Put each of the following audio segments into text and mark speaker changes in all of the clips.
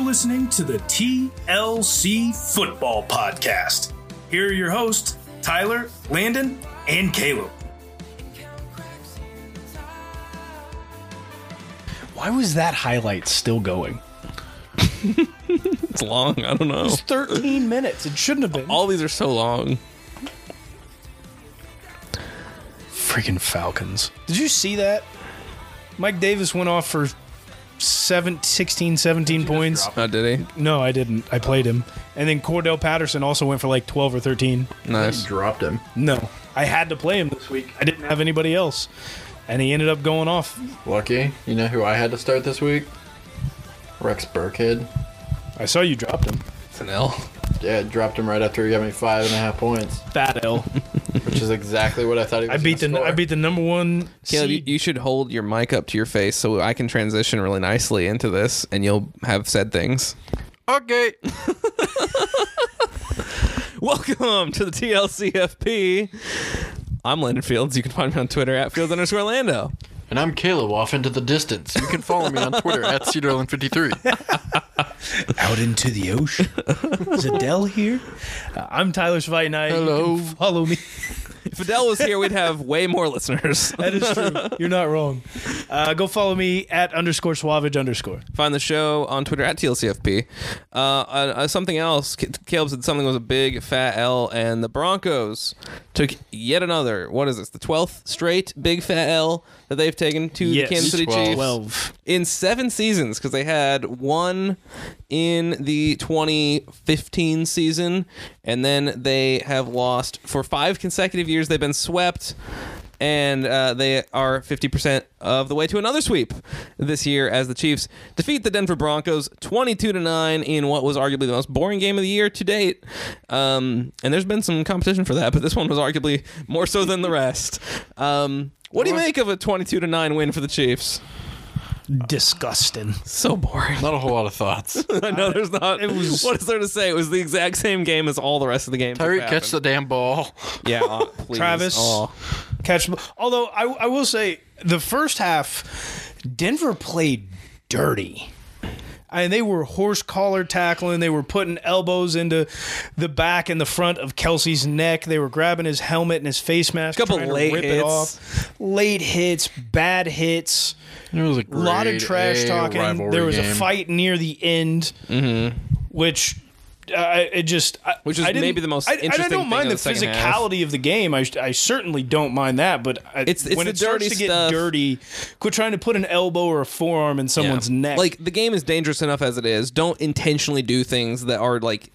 Speaker 1: listening to the TLC Football Podcast. Here are your hosts, Tyler, Landon, and Caleb.
Speaker 2: Why was that highlight still going?
Speaker 3: It's long. I don't know.
Speaker 2: It's 13 minutes. It shouldn't have been.
Speaker 3: All these are so long.
Speaker 2: Freaking Falcons. Did you see that? Mike Davis went off for seven, 16, 17 points.
Speaker 3: Oh, did
Speaker 2: No, I didn't. I played him. And then Cordell Patterson also went for like 12 or 13.
Speaker 3: he? Nice.
Speaker 4: dropped him.
Speaker 2: No. I had to play him this week. I didn't have anybody else. And he ended up going off.
Speaker 4: Lucky. You know who I had to start this week? Rex Burkhead.
Speaker 2: I saw you dropped him.
Speaker 3: It's an L.
Speaker 4: Yeah, dropped him right after he got me five and a half points,
Speaker 2: Fat L.
Speaker 4: which is exactly what I thought he
Speaker 2: I
Speaker 4: was.
Speaker 2: beat the
Speaker 4: gonna
Speaker 2: I
Speaker 4: score.
Speaker 2: beat the number one.
Speaker 3: Caleb, you,
Speaker 2: seed.
Speaker 3: you should hold your mic up to your face so I can transition really nicely into this, and you'll have said things.
Speaker 4: Okay.
Speaker 3: Welcome to the TLCFP. I'm Landon Fields. You can find me on Twitter at Fields underscore Lando.
Speaker 4: And I'm Caleb off into the distance. You can follow me on Twitter at Cedarland53.
Speaker 2: out into the ocean. Is Adele here? Uh, I'm Tyler Schweitnight.
Speaker 4: Hello.
Speaker 2: follow me.
Speaker 3: If Adele was here, we'd have way more listeners.
Speaker 2: That is true. You're not wrong. Uh, go follow me at underscore suavage underscore.
Speaker 3: Find the show on Twitter at TLCFP. Uh, uh, uh, something else, C- Caleb said something was a big fat L, and the Broncos took yet another. What is this? The twelfth straight big fat L that they've taken to
Speaker 2: Yes.
Speaker 3: the Kansas City
Speaker 4: 12.
Speaker 3: Chiefs
Speaker 2: Twelve.
Speaker 3: in seven seasons because they had one in the 2015 season, and then they have lost for five consecutive years. They've been swept. And uh, they are 50% of the way to another sweep this year as the Chiefs defeat the Denver Broncos 22 to 9 in what was arguably the most boring game of the year to date. Um, and there's been some competition for that, but this one was arguably more so than the rest. Um, what do you make of a 22 to 9 win for the Chiefs?
Speaker 2: Disgusting.
Speaker 3: So boring.
Speaker 4: Not a whole lot of thoughts.
Speaker 3: I know there's not.
Speaker 2: it was-
Speaker 3: what is there to say? It was the exact same game as all the rest of the games. that
Speaker 4: Tyreek, catch the
Speaker 3: happened.
Speaker 4: damn ball.
Speaker 3: Yeah, uh, please.
Speaker 2: Travis.
Speaker 3: Oh.
Speaker 2: Catch. Although I, I will say the first half, Denver played dirty. And they were horse collar tackling. They were putting elbows into the back and the front of Kelsey's neck. They were grabbing his helmet and his face mask.
Speaker 3: Couple
Speaker 2: trying to
Speaker 3: late
Speaker 2: rip it
Speaker 3: hits.
Speaker 2: off. Late hits, bad hits.
Speaker 4: It was a
Speaker 2: a lot of trash talking. There was a fight near the end, which uh, it just I,
Speaker 3: Mm-hmm. Which is
Speaker 2: I didn't-
Speaker 3: maybe the most
Speaker 2: I, I
Speaker 3: interesting
Speaker 2: don't
Speaker 3: thing
Speaker 2: mind
Speaker 3: of
Speaker 2: the,
Speaker 3: the second half.
Speaker 2: physicality of the game. I, I certainly don't mind that, but I,
Speaker 3: It's- it's
Speaker 2: when
Speaker 3: the
Speaker 2: it starts
Speaker 3: dirty
Speaker 2: to get
Speaker 3: stuff.
Speaker 2: dirty, quit trying to put an elbow or a forearm in
Speaker 3: Yeah.
Speaker 2: someone's neck.
Speaker 3: Like the game is dangerous enough as it is. Don't intentionally do things that are like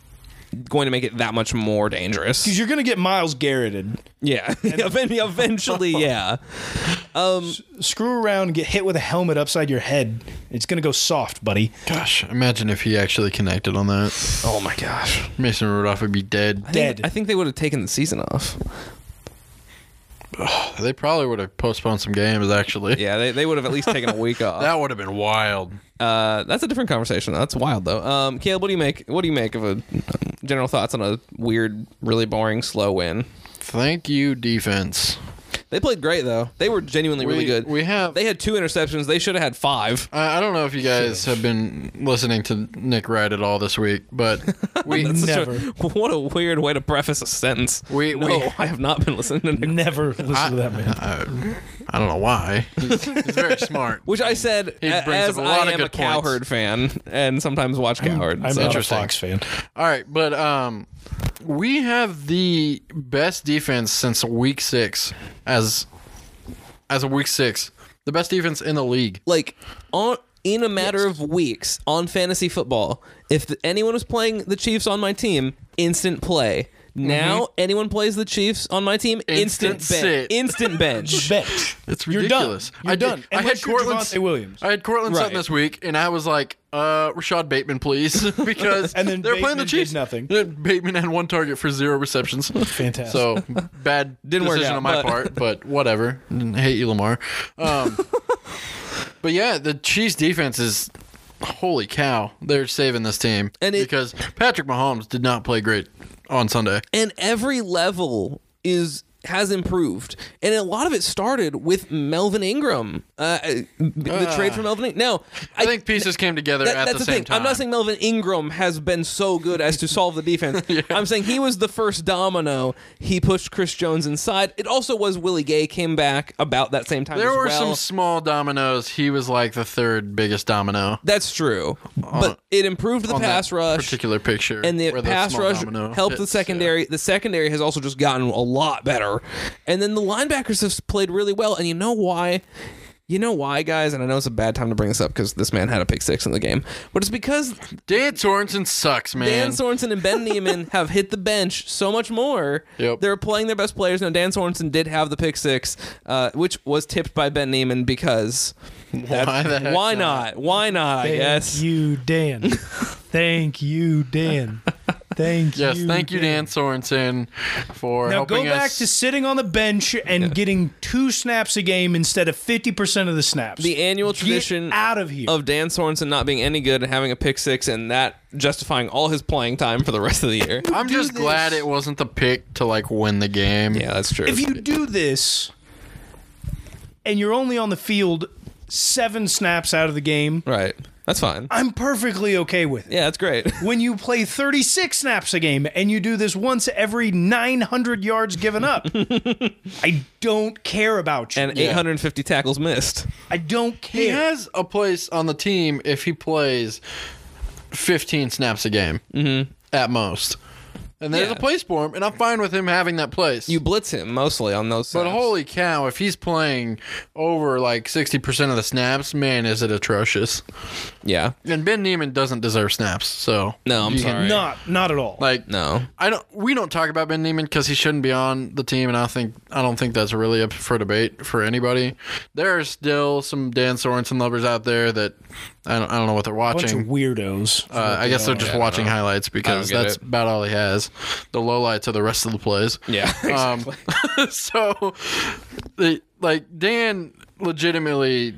Speaker 3: going to make it that much more dangerous.
Speaker 2: you're gonna get Miles Garretted.
Speaker 3: Yeah. Even- Eventually, yeah.
Speaker 2: Screw around, and get hit with a helmet upside your head. It's gonna go soft, buddy.
Speaker 4: Gosh, imagine if he actually connected on that.
Speaker 3: Oh my gosh.
Speaker 4: Mason Rudolph would be dead.
Speaker 2: Dead.
Speaker 3: I think they would have taken the season off.
Speaker 4: They probably would have postponed some games, actually.
Speaker 3: Yeah, they, they would have at least taken a week off.
Speaker 4: That would have been wild.
Speaker 3: Uh, that's a different conversation. That's wild though. Um, Caleb, what do you make? What do you make of a um, general thoughts on a weird, really boring, slow win?
Speaker 4: Thank you, defense.
Speaker 3: They played great though. They were genuinely really
Speaker 4: We-
Speaker 3: good.
Speaker 4: we have-
Speaker 3: They had two interceptions. They should have had five.
Speaker 4: I I don't know if you guys have been listening to Nick Wright at all this week, but we
Speaker 3: That's such a-
Speaker 2: Never.
Speaker 3: what a weird way to preface a sentence.
Speaker 4: We-
Speaker 3: no,
Speaker 4: we-
Speaker 3: I have not been listening to Nick.
Speaker 2: Never listen to that man.
Speaker 4: I don't know why. He's, he's very smart.
Speaker 3: Which I said
Speaker 4: He
Speaker 3: a-
Speaker 4: brings
Speaker 3: as
Speaker 4: up a lot
Speaker 3: I am
Speaker 4: of
Speaker 3: a
Speaker 4: good points.
Speaker 3: cowherd fan and sometimes watch cowherd.
Speaker 2: I'm
Speaker 3: so-
Speaker 2: not a
Speaker 4: interesting.
Speaker 2: Fox fan.
Speaker 4: All right, but um, we have the best defense since week six as as a week six, the best defense in the league.
Speaker 3: like on in a matter of weeks on fantasy football if th- anyone was playing the chiefs on my team instant play now anyone plays the chiefs on my team instant, bench
Speaker 4: Mm-hmm. Instant sit.
Speaker 3: instant bench
Speaker 2: Bench.
Speaker 4: It's
Speaker 2: You're done.
Speaker 4: ridiculous.
Speaker 2: You're
Speaker 4: I
Speaker 2: done.
Speaker 4: Did, I had
Speaker 2: Unless you're
Speaker 4: Cortland
Speaker 2: Javonte Williams.
Speaker 4: I had Cortland
Speaker 3: Right.
Speaker 4: Sutton this week, and I was like, uh, Rashad Bateman, please, because
Speaker 2: And then
Speaker 4: they're playing the
Speaker 2: Bateman did
Speaker 4: Chiefs.
Speaker 2: nothing.
Speaker 4: Bateman had one target for zero receptions.
Speaker 2: Fantastic.
Speaker 4: So bad
Speaker 3: Didn't work
Speaker 4: decision
Speaker 3: out,
Speaker 4: on my
Speaker 3: but-
Speaker 4: part, but whatever. Didn't hate you, Lamar. Um, but yeah, the Chiefs defense is holy cow. They're saving this team
Speaker 3: And it-
Speaker 4: because Patrick Mahomes did not play great on Sunday.
Speaker 3: and every level is has improved, and a lot of it started with Melvin Ingram, uh, the trade for Melvin. Ingram. Now,
Speaker 4: Ah. I, think pieces came together
Speaker 3: that-
Speaker 4: at
Speaker 3: that's
Speaker 4: the, same
Speaker 3: thing.
Speaker 4: time.
Speaker 3: I'm not saying Melvin Ingram has been so good as to solve the defense. I'm saying he was the first domino. He pushed Chris Jones inside. It also was Willie Gay came back about that same time.
Speaker 4: there
Speaker 3: as
Speaker 4: were
Speaker 3: well.
Speaker 4: some small dominoes. He was like the third biggest domino.
Speaker 3: That's true, but it improved the
Speaker 4: on that
Speaker 3: pass rush.
Speaker 4: particular picture,
Speaker 3: and the
Speaker 4: where
Speaker 3: pass
Speaker 4: small
Speaker 3: rush
Speaker 4: domino
Speaker 3: helped the
Speaker 4: hits,
Speaker 3: secondary. The secondary has also just gotten a lot better, and then the linebackers have played really well. And you know why? You know why, guys? And I know it's a bad time to bring this up because this man had a pick six in the game, but it's because
Speaker 4: yeah. Dan Sorensen sucks, man.
Speaker 3: Dan Sorensen and Ben Neiman have hit the bench so much more.
Speaker 4: Yep.
Speaker 3: They're playing their best players now. Dan Sorensen did have the pick six, uh, which was tipped by Ben Neiman because
Speaker 4: why the heck
Speaker 3: why not? Why not?
Speaker 2: Thank
Speaker 3: yes.
Speaker 2: you, Dan. thank you, Dan. Thank
Speaker 4: Yes,
Speaker 2: you.
Speaker 4: thank you, Dan Sorensen, for
Speaker 2: Now
Speaker 4: helping
Speaker 2: go back
Speaker 4: us.
Speaker 2: to sitting on the bench and getting two snaps a game instead of fifty percent of the snaps.
Speaker 3: the annual tradition
Speaker 2: out of here.
Speaker 3: of Dan Sorensen not being any good and having a pick six and that justifying all his playing time for the rest of the year.
Speaker 4: I'm just
Speaker 2: this.
Speaker 4: glad it wasn't the pick to like win the game.
Speaker 3: yeah, that's true.
Speaker 2: if you do this, and you're only on the field seven snaps out of the game,
Speaker 3: right, that's fine.
Speaker 2: I'm perfectly okay with it.
Speaker 3: Yeah, that's great.
Speaker 2: When you play 36 snaps a game and you do this once every 900 yards given up, I don't care about you.
Speaker 3: And 850 tackles missed.
Speaker 2: I don't
Speaker 4: He
Speaker 2: care.
Speaker 4: has a place on the team if he plays 15 snaps a game at most. And there's
Speaker 3: Mm-hmm. Yeah.
Speaker 4: a place for him, and I'm fine with him having that place.
Speaker 3: You blitz him mostly on those.
Speaker 4: but
Speaker 3: snaps.
Speaker 4: holy cow, if he's playing over like 60% of the snaps, man, is it atrocious.
Speaker 3: yeah,
Speaker 4: And Ben Neiman doesn't deserve snaps, so.
Speaker 3: No, I'm
Speaker 4: You can-
Speaker 3: sorry.
Speaker 2: Not, not at all.
Speaker 4: Like,
Speaker 3: no,
Speaker 4: I don't. We don't talk about Ben Neiman because he shouldn't be on the team, and I think I don't think that's really up for debate for anybody. There are still some Dan Sorensen lovers out there that I don't. I don't know what they're
Speaker 2: bunch of
Speaker 4: watching.
Speaker 2: weirdos.
Speaker 4: Uh, I guess they're just watching highlights because
Speaker 3: get
Speaker 4: that's
Speaker 3: it.
Speaker 4: about all he has. The lowlights of the rest of the plays.
Speaker 3: yeah,
Speaker 4: Um, so, the, like Dan legitimately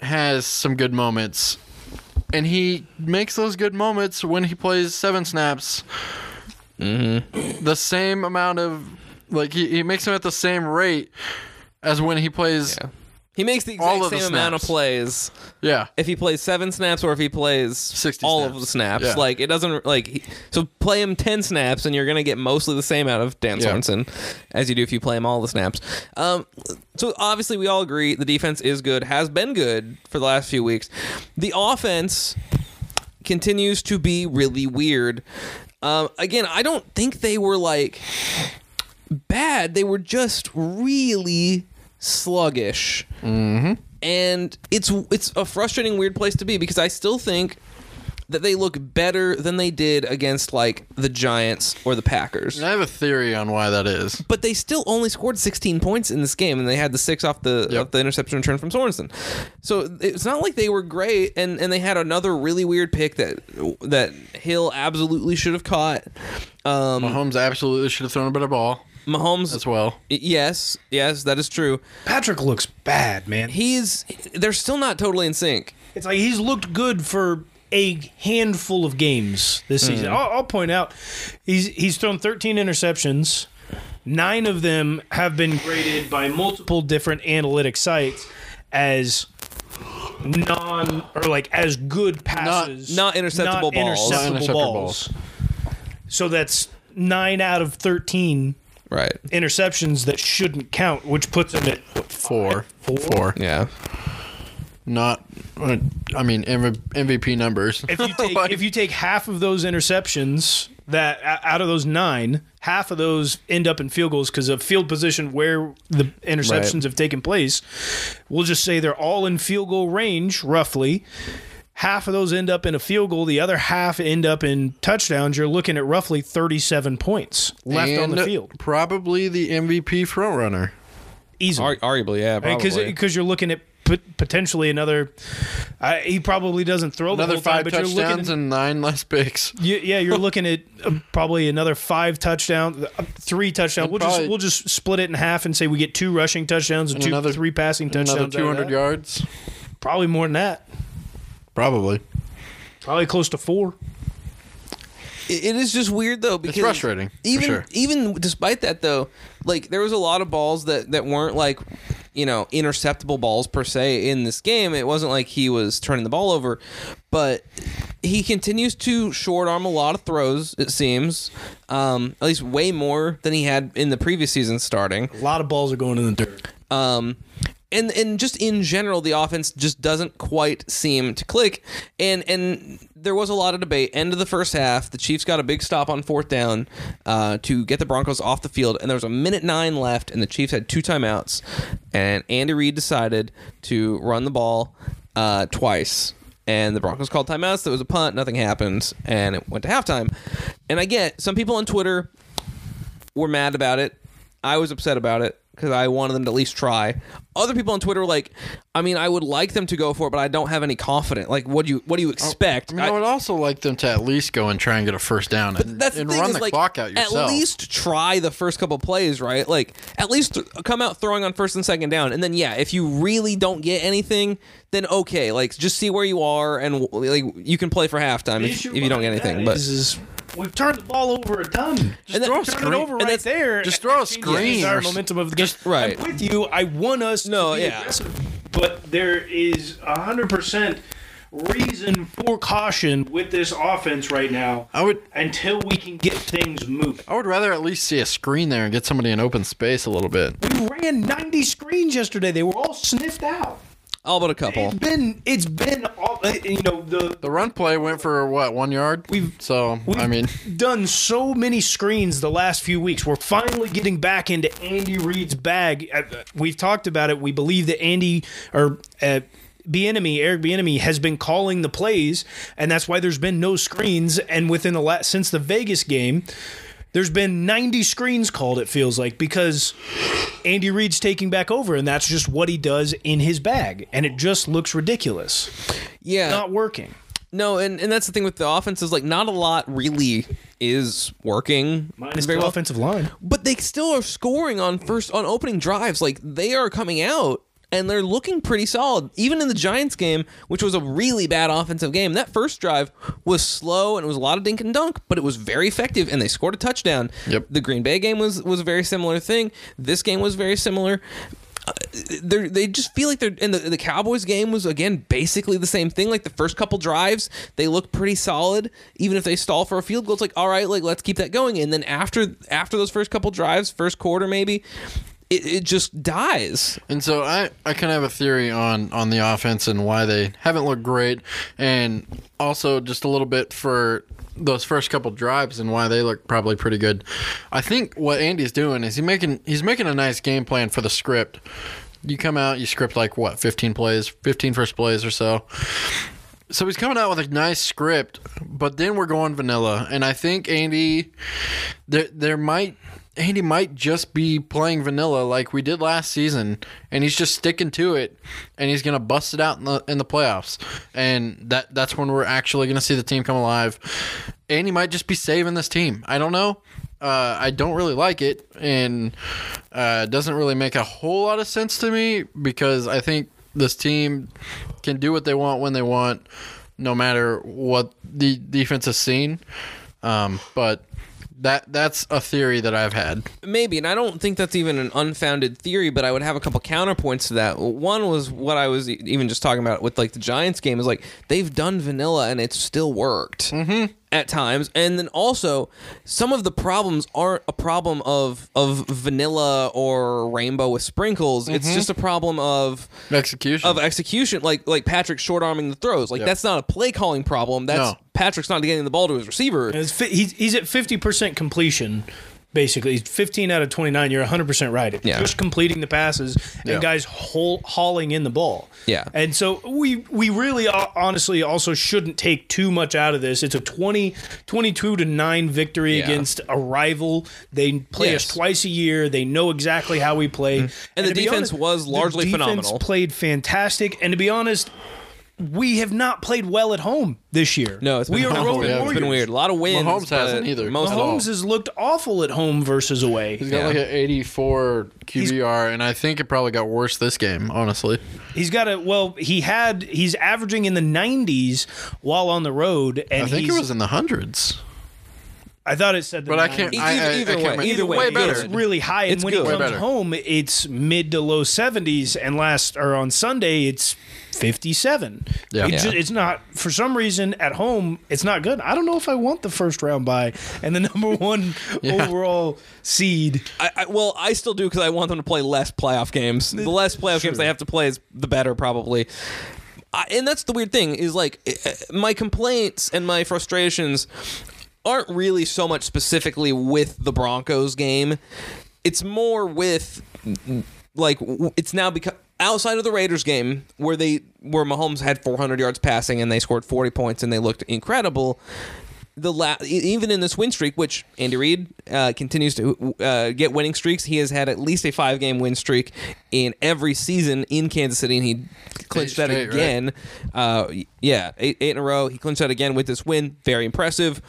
Speaker 4: has some good moments, and he makes those good moments when he plays seven snaps.
Speaker 3: Mm-hmm.
Speaker 4: The same amount of like he, he makes them at the same rate as when he plays.
Speaker 3: Yeah. he makes the
Speaker 4: all
Speaker 3: exact
Speaker 4: of the
Speaker 3: same amount of
Speaker 4: snaps.
Speaker 3: plays
Speaker 4: Yeah,
Speaker 3: if he plays seven snaps or if he plays
Speaker 4: 60
Speaker 3: all
Speaker 4: snaps.
Speaker 3: of the snaps.
Speaker 4: Yeah.
Speaker 3: Like it doesn't like he, so play him ten snaps and you're gonna get mostly the same out of Dan
Speaker 4: Yeah.
Speaker 3: Sorensen as you do if you play him all the snaps. Um, so obviously we all agree the defense is good, has been good for the last few weeks. The offense continues to be really weird. Um, again, I don't think they were like bad. They were just really sluggish and it's it's a frustrating weird place to be because I still think that they look better than they did against like the Giants or the Packers.
Speaker 4: And I have a theory on why that is.
Speaker 3: But they still only scored 16 points in this game, and they had the six off the
Speaker 4: Yep.
Speaker 3: off the interception return from Sorensen. So it's not like they were great, and, and they had another really weird pick that that Hill absolutely should have caught. Um,
Speaker 4: Mahomes absolutely should have thrown a better ball
Speaker 3: Mahomes,
Speaker 4: as well.
Speaker 3: yes, yes, that is true.
Speaker 2: Patrick looks bad, man.
Speaker 3: He's they're still not totally in sync.
Speaker 2: It's like he's looked good for a handful of games this
Speaker 4: Hmm.
Speaker 2: season. I'll, I'll point out he's he's thrown 13 interceptions. Nine of them have been graded by multiple different analytic sites as non or like as good passes,
Speaker 3: not interceptable balls.
Speaker 4: Not
Speaker 2: interceptable
Speaker 4: intercepted
Speaker 2: balls.
Speaker 4: balls.
Speaker 2: So that's nine out of 13
Speaker 3: Right.
Speaker 2: interceptions that shouldn't count, which puts him at
Speaker 4: Four. Four.
Speaker 3: Yeah.
Speaker 4: Not, uh, I mean, MVP numbers.
Speaker 2: if you take if you take half of those interceptions that o- out of those nine, half of those end up in field goals because of field position where the interceptions have taken place. We'll just say they're all in field goal range, roughly. Half of those end up in a field goal. The other half end up in touchdowns. You're looking at roughly 37 points left on the
Speaker 4: And
Speaker 2: field,
Speaker 4: Probably the MVP frontrunner.
Speaker 3: Ar-
Speaker 2: easily.
Speaker 3: arguably, yeah. Probably.
Speaker 2: because because you're looking at pot- potentially another. Uh, he probably doesn't throw the
Speaker 4: Another
Speaker 2: whole time,
Speaker 4: five
Speaker 2: but you're looking
Speaker 4: touchdowns and nine less picks.
Speaker 2: You, yeah, you're looking at uh, probably another five touchdown, uh, three touchdowns. We'll
Speaker 4: probably-
Speaker 2: just we'll just split it in half and say we get two rushing touchdowns and, two,
Speaker 4: another-
Speaker 2: three passing touchdowns. out
Speaker 4: Another
Speaker 2: of that.
Speaker 4: 200 yards.
Speaker 2: probably more than that.
Speaker 4: Probably.
Speaker 2: Probably close to four.
Speaker 3: It it is just weird though because
Speaker 4: frustrating, for
Speaker 3: Even
Speaker 4: sure.
Speaker 3: even despite that though, like there was a lot of balls that that weren't like you know interceptable balls per se in this game. It wasn't like he was turning the ball over, but he continues to short arm a lot of throws. It seems, um, at least way more than he had in the previous season starting.
Speaker 2: A lot of balls are going in the dirt.
Speaker 3: Um, and and just in general, the offense just doesn't quite seem to click. And and there was a lot of debate. End of the first half, the Chiefs got a big stop on fourth down uh, to get the Broncos off the field, and there was a minute nine left, and the Chiefs had two timeouts, and Andy Reid decided to run the ball uh, twice. And the Broncos called timeouts. There was a punt. Nothing happened, and it went to halftime. And I get some people on Twitter were mad about it. I was upset about it because I wanted them to at least try. Other people on Twitter were like, I mean, I would like them to go for it, but I don't have any confidence. Like, what do you what do you expect?
Speaker 4: Oh, I mean, I,
Speaker 3: I-
Speaker 4: would also like them to at least go and try and get a first down and,
Speaker 3: that's the
Speaker 4: and
Speaker 3: thing
Speaker 4: run
Speaker 3: is,
Speaker 4: the
Speaker 3: like,
Speaker 4: clock out yourself.
Speaker 3: At least try the first couple plays, right? Like at least th- come out throwing on first and second down, and then yeah, if you really don't get anything, then okay, like just see where you are, and like you can play for halftime if, if you don't get anything. But
Speaker 2: is, is we've turned the ball over a ton. Just
Speaker 3: And
Speaker 2: throw
Speaker 3: that-
Speaker 2: a screen. it over
Speaker 3: and
Speaker 2: right
Speaker 3: that's-
Speaker 2: there.
Speaker 4: just
Speaker 2: and
Speaker 4: throw a
Speaker 2: that changes the
Speaker 4: screen
Speaker 2: entire
Speaker 4: or s-
Speaker 2: momentum of the game.
Speaker 3: right.
Speaker 2: I'm with you. I want us.
Speaker 3: No,
Speaker 2: to be
Speaker 3: yeah.
Speaker 2: aggressive, but there is hundred percent reason for caution with this offense right now.
Speaker 4: I would
Speaker 2: Until we can get things moving,
Speaker 4: I would rather at least see a screen there and get somebody in open space a little bit.
Speaker 2: we ran ninety screens yesterday. They were all sniffed out.
Speaker 3: all but a couple.
Speaker 2: It's been it's been all uh, you know the
Speaker 4: The run play went for what one yard.
Speaker 2: We've-
Speaker 4: so
Speaker 2: We've
Speaker 4: I mean
Speaker 2: done so many screens the last few weeks. We're finally getting back into Andy Reid's bag. Uh, We've talked about it. We believe that Andy or uh, Bienemy, Eric Bienemy, has been calling the plays, and that's why there's been no screens. And within the last since the Vegas game, there's been 90 screens called. It feels like because Andy Reid's taking back over, and that's just what he does in his bag, and it just looks ridiculous.
Speaker 3: Yeah.
Speaker 2: Not working.
Speaker 3: No, and, and that's the thing with the offense is like not a lot really is working
Speaker 2: Minus the offensive line.
Speaker 3: but they still are scoring on first on opening drives. Like they are coming out and they're looking pretty solid. Even in the Giants game, which was a really bad offensive game, that first drive was slow and it was a lot of dink and dunk, but it was very effective and they scored a touchdown.
Speaker 4: Yep.
Speaker 3: The Green Bay game was was a very similar thing. This game was very similar. Uh, They they just feel like they're and the, the Cowboys game was again basically the same thing. Like the first couple drives, they look pretty solid. Even if they stall for a field goal, it's like all right, like let's keep that going. And then after after those first couple drives, first quarter maybe, it, it just dies.
Speaker 4: And so I, I kind of have a theory on, on the offense and why they haven't looked great, and also just a little bit for those first couple drives and why they look probably pretty good. I think what Andy's doing is he making he's making a nice game plan for the script. You come out, you script like what fifteen plays, 15 first plays or so. So he's coming out with a nice script, but then we're going vanilla, and I think Andy there there might Andy might just be playing vanilla like we did last season, and he's just sticking to it, and he's gonna bust it out in the in the playoffs, and that that's when we're actually gonna see the team come alive. Andy might just be saving this team. I don't know. Uh, I don't really like it, and uh, it doesn't really make a whole lot of sense to me because I think this team can do what they want when they want, no matter what the defense has seen. Um, but that that's a theory that I've had.
Speaker 3: Maybe, and I don't think that's even an unfounded theory, but I would have a couple counterpoints to that. One was what I was e- even just talking about with like the Giants game is like they've done vanilla and it's still worked at times, and then also some of the problems aren't a problem of of vanilla or rainbow with sprinkles. It's just a problem of
Speaker 4: Execution.
Speaker 3: of execution, like like Patrick short arming the throws. Like that's not a play calling problem. That's
Speaker 4: No.
Speaker 3: Patrick's not getting the ball to his receiver.
Speaker 2: And It's fi- he's, he's at 50% completion, basically. He's 15 out of 29. You're 100% right. It's
Speaker 3: Yeah.
Speaker 2: Just completing the passes and
Speaker 4: Yeah.
Speaker 2: guys haul, hauling in the ball.
Speaker 3: Yeah.
Speaker 2: And so we we really uh, honestly also shouldn't take too much out of this. It's a 20, 22 to 9 victory
Speaker 3: Yeah.
Speaker 2: against a rival. They play
Speaker 3: Yes. Mm-hmm.
Speaker 2: us twice a year. They know exactly how we play. And,
Speaker 3: the
Speaker 2: to be
Speaker 3: defense was largely
Speaker 2: the defense
Speaker 3: phenomenal.
Speaker 2: played fantastic. And to be honest, we have not played well at home this year.
Speaker 3: No, it's been,
Speaker 2: we are
Speaker 3: weird.
Speaker 2: Roman
Speaker 4: Yeah,
Speaker 3: it's been
Speaker 2: Warriors.
Speaker 3: weird. A lot of wins.
Speaker 4: Mahomes hasn't
Speaker 3: but
Speaker 4: either.
Speaker 3: Most
Speaker 4: at
Speaker 2: Mahomes has looked awful at home versus away.
Speaker 4: He's got
Speaker 3: Yeah.
Speaker 4: like an 84 QBR, and I think it probably got worse this game, honestly.
Speaker 2: He's got a well. He had he's averaging in the 90s while on the road, and
Speaker 4: I think
Speaker 2: he's,
Speaker 4: it was in the hundreds.
Speaker 2: I thought it said the
Speaker 4: But I can't.
Speaker 2: 90s.
Speaker 4: I,
Speaker 3: Either-
Speaker 4: I- I
Speaker 3: either
Speaker 4: can't
Speaker 3: way,
Speaker 4: remember.
Speaker 3: either way,
Speaker 4: way
Speaker 3: it
Speaker 4: better.
Speaker 3: goes
Speaker 2: it's really high, and
Speaker 3: It's
Speaker 2: when
Speaker 3: good.
Speaker 2: he
Speaker 3: Way
Speaker 2: comes
Speaker 4: better.
Speaker 2: home, it's mid to low seventies, and last or on Sunday, it's fifty-seven.
Speaker 4: Yeah.
Speaker 2: It
Speaker 4: Yeah.
Speaker 2: ju- it's not for some reason at home. It's not good. I don't know if I want the first round bye and the number one overall seed.
Speaker 3: I, I, well, I still do because I want them to play less playoff games. The less playoff games they have to play is the better, probably. I, and that's the weird thing is like eh, my complaints and my frustrations aren't really so much specifically with the Broncos game. It's more with like w- it's now become outside of the Raiders game where they where Mahomes had 400 yards passing and they scored 40 points and they looked incredible. The la- e- even in this win streak, which Andy Reid uh, continues to uh, get winning streaks, he has had at least a five game win streak in every season in Kansas City, and he clinched
Speaker 4: Eight
Speaker 3: that
Speaker 4: straight, right?
Speaker 3: again. Uh, y- yeah, eight, eight in a row. He clinched that again with this win. Very impressive.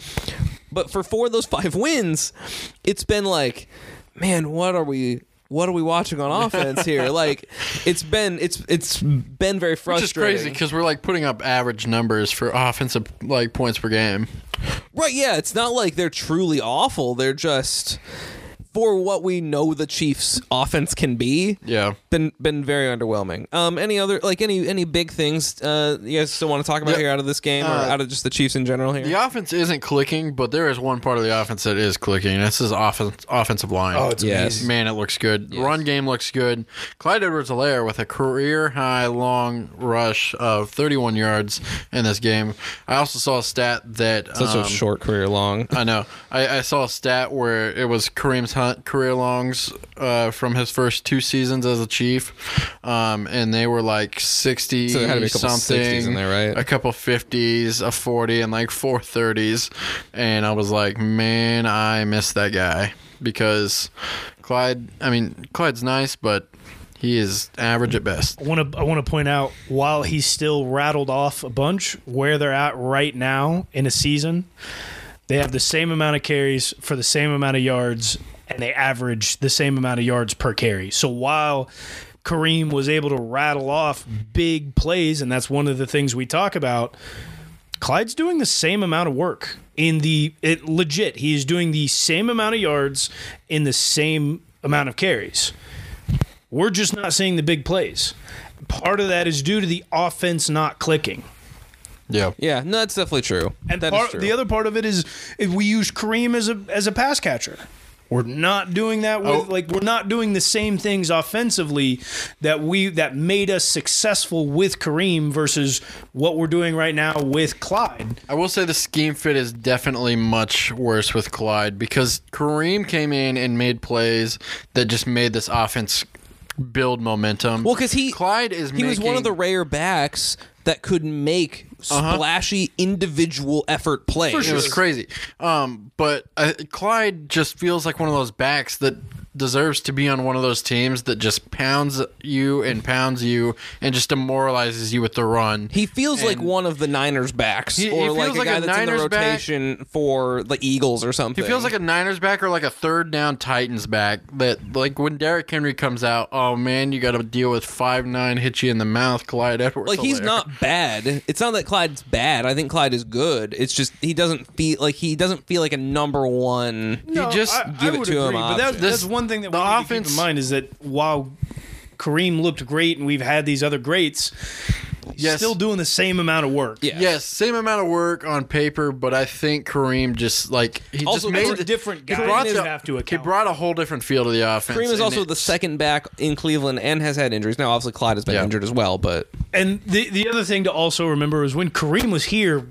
Speaker 3: But for four of those five wins, it's been like, man, what are we? What are we watching on offense here? like, it's been it's it's been very
Speaker 4: Which is
Speaker 3: frustrating.
Speaker 4: crazy because we're like putting up average numbers for offensive like points per game.
Speaker 3: Right, yeah, it's not like they're truly awful. They're just for what we know the Chiefs offense can be.
Speaker 4: Yeah.
Speaker 3: Been been very underwhelming. Um any other like any any big things uh you guys still want to talk about
Speaker 4: Yeah.
Speaker 3: here out of this game or
Speaker 4: Uh,
Speaker 3: out of just the Chiefs in general here?
Speaker 4: The offense isn't clicking, but there is one part of the offense that is clicking. This is offense offensive line. Oh,
Speaker 2: it's
Speaker 3: Yes. amazing.
Speaker 4: man, it looks good. Run game looks good. Clyde Edwards-Helaire with a career high long rush of 31 yards in this game. I also saw a stat that
Speaker 3: Such
Speaker 4: um,
Speaker 3: a short career long.
Speaker 4: I know. I, I saw a stat where it was Kareem's hunt career longs uh, from his first two seasons as a Chief, um, and they were like sixty
Speaker 3: So there had to be a couple
Speaker 4: something,
Speaker 3: 60s in there, right?
Speaker 4: A couple fifties, a forty, and like four thirties. And I was like, man, I miss that guy because Clyde. I mean, Clyde's nice, but he is average at best.
Speaker 2: I want to I want to point out while he's still rattled off a bunch where they're at right now in a season, they have the same amount of carries for the same amount of yards, and they average the same amount of yards per carry. So while Kareem was able to rattle off big plays, and that's one of the things we talk about. Clyde's doing the same amount of work in the it, legit. He is doing the same amount of yards in the same amount of carries. We're just not seeing the big plays. Part of that is due to the offense not clicking.
Speaker 4: Yeah.
Speaker 3: Yeah, no, that's definitely true.
Speaker 2: And
Speaker 3: That is
Speaker 2: part,
Speaker 3: true.
Speaker 2: the other part of it is if we use Kareem as a as a pass catcher. We're not doing that with
Speaker 4: Oh.
Speaker 2: like we're not doing the same things offensively that we that made us successful with Kareem versus what we're doing right now with Clyde.
Speaker 4: I will say the scheme fit is definitely much worse with Clyde because Kareem came in and made plays that just made this offense build momentum.
Speaker 3: Well, because he
Speaker 4: Clyde is
Speaker 3: he was one of the
Speaker 4: making- Uh-huh.
Speaker 3: rare backs that could make splashy individual effort plays.
Speaker 4: it was crazy. Um, but uh, Clyde just feels like one of those backs that deserves to be on one of those teams that just pounds you and pounds you and just demoralizes you with the run.
Speaker 3: He feels like one of the Niners backs,
Speaker 4: he
Speaker 3: or
Speaker 4: feels
Speaker 3: like a
Speaker 4: like
Speaker 3: guy
Speaker 4: a
Speaker 3: that's in the
Speaker 4: Niners back.
Speaker 3: rotation for the Eagles or something.
Speaker 4: He feels like a Niners back or like a third down Titans back. That like when Derrick Henry comes out, oh man, you got to deal with five nine hit you in the mouth, Clyde Edwards.
Speaker 3: like he's not bad. It's not that Clyde's bad. I think Clyde is good. It's just he doesn't feel like he doesn't feel like a number one.
Speaker 2: No,
Speaker 4: just
Speaker 3: Oh, give it
Speaker 2: would
Speaker 3: to him
Speaker 2: But that,
Speaker 3: option.
Speaker 2: that's
Speaker 4: This-
Speaker 2: one thing that
Speaker 4: the
Speaker 2: we need to keep
Speaker 4: offense-
Speaker 2: in mind is that while Kareem looked great and we've had these other greats, he's
Speaker 4: Yes.
Speaker 2: still doing the same amount of work.
Speaker 3: Yeah.
Speaker 4: Yes, same amount of work on paper, but I think Kareem just like he
Speaker 3: Also,
Speaker 4: just made
Speaker 3: Kareem-
Speaker 4: the-
Speaker 2: different
Speaker 4: he
Speaker 2: guys
Speaker 4: brought
Speaker 2: didn't
Speaker 4: the-
Speaker 2: have to
Speaker 4: He
Speaker 2: account.
Speaker 4: brought a whole different feel to the offense.
Speaker 3: Kareem is
Speaker 4: and
Speaker 3: also
Speaker 4: it-
Speaker 3: the second back in Cleveland and has had injuries. Now, obviously, Clyde has been
Speaker 4: Yeah.
Speaker 3: injured as well, but
Speaker 2: And the the other thing to also remember is when Kareem was here,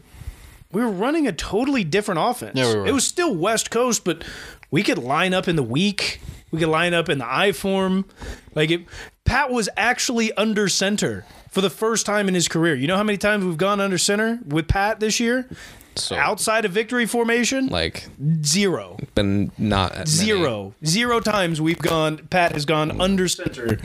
Speaker 2: we were running a totally different offense.
Speaker 4: Yeah, we were.
Speaker 2: It was still West Coast, but we could line up in the week. We could line up in the I form. Like it, Pat was actually under center for the first time in his career. You know how many times we've gone under center with Pat this year?
Speaker 3: so
Speaker 2: Outside of victory formation,
Speaker 3: like
Speaker 2: zero, zero, zero
Speaker 3: been not at many.
Speaker 2: times we've gone. Pat has gone under center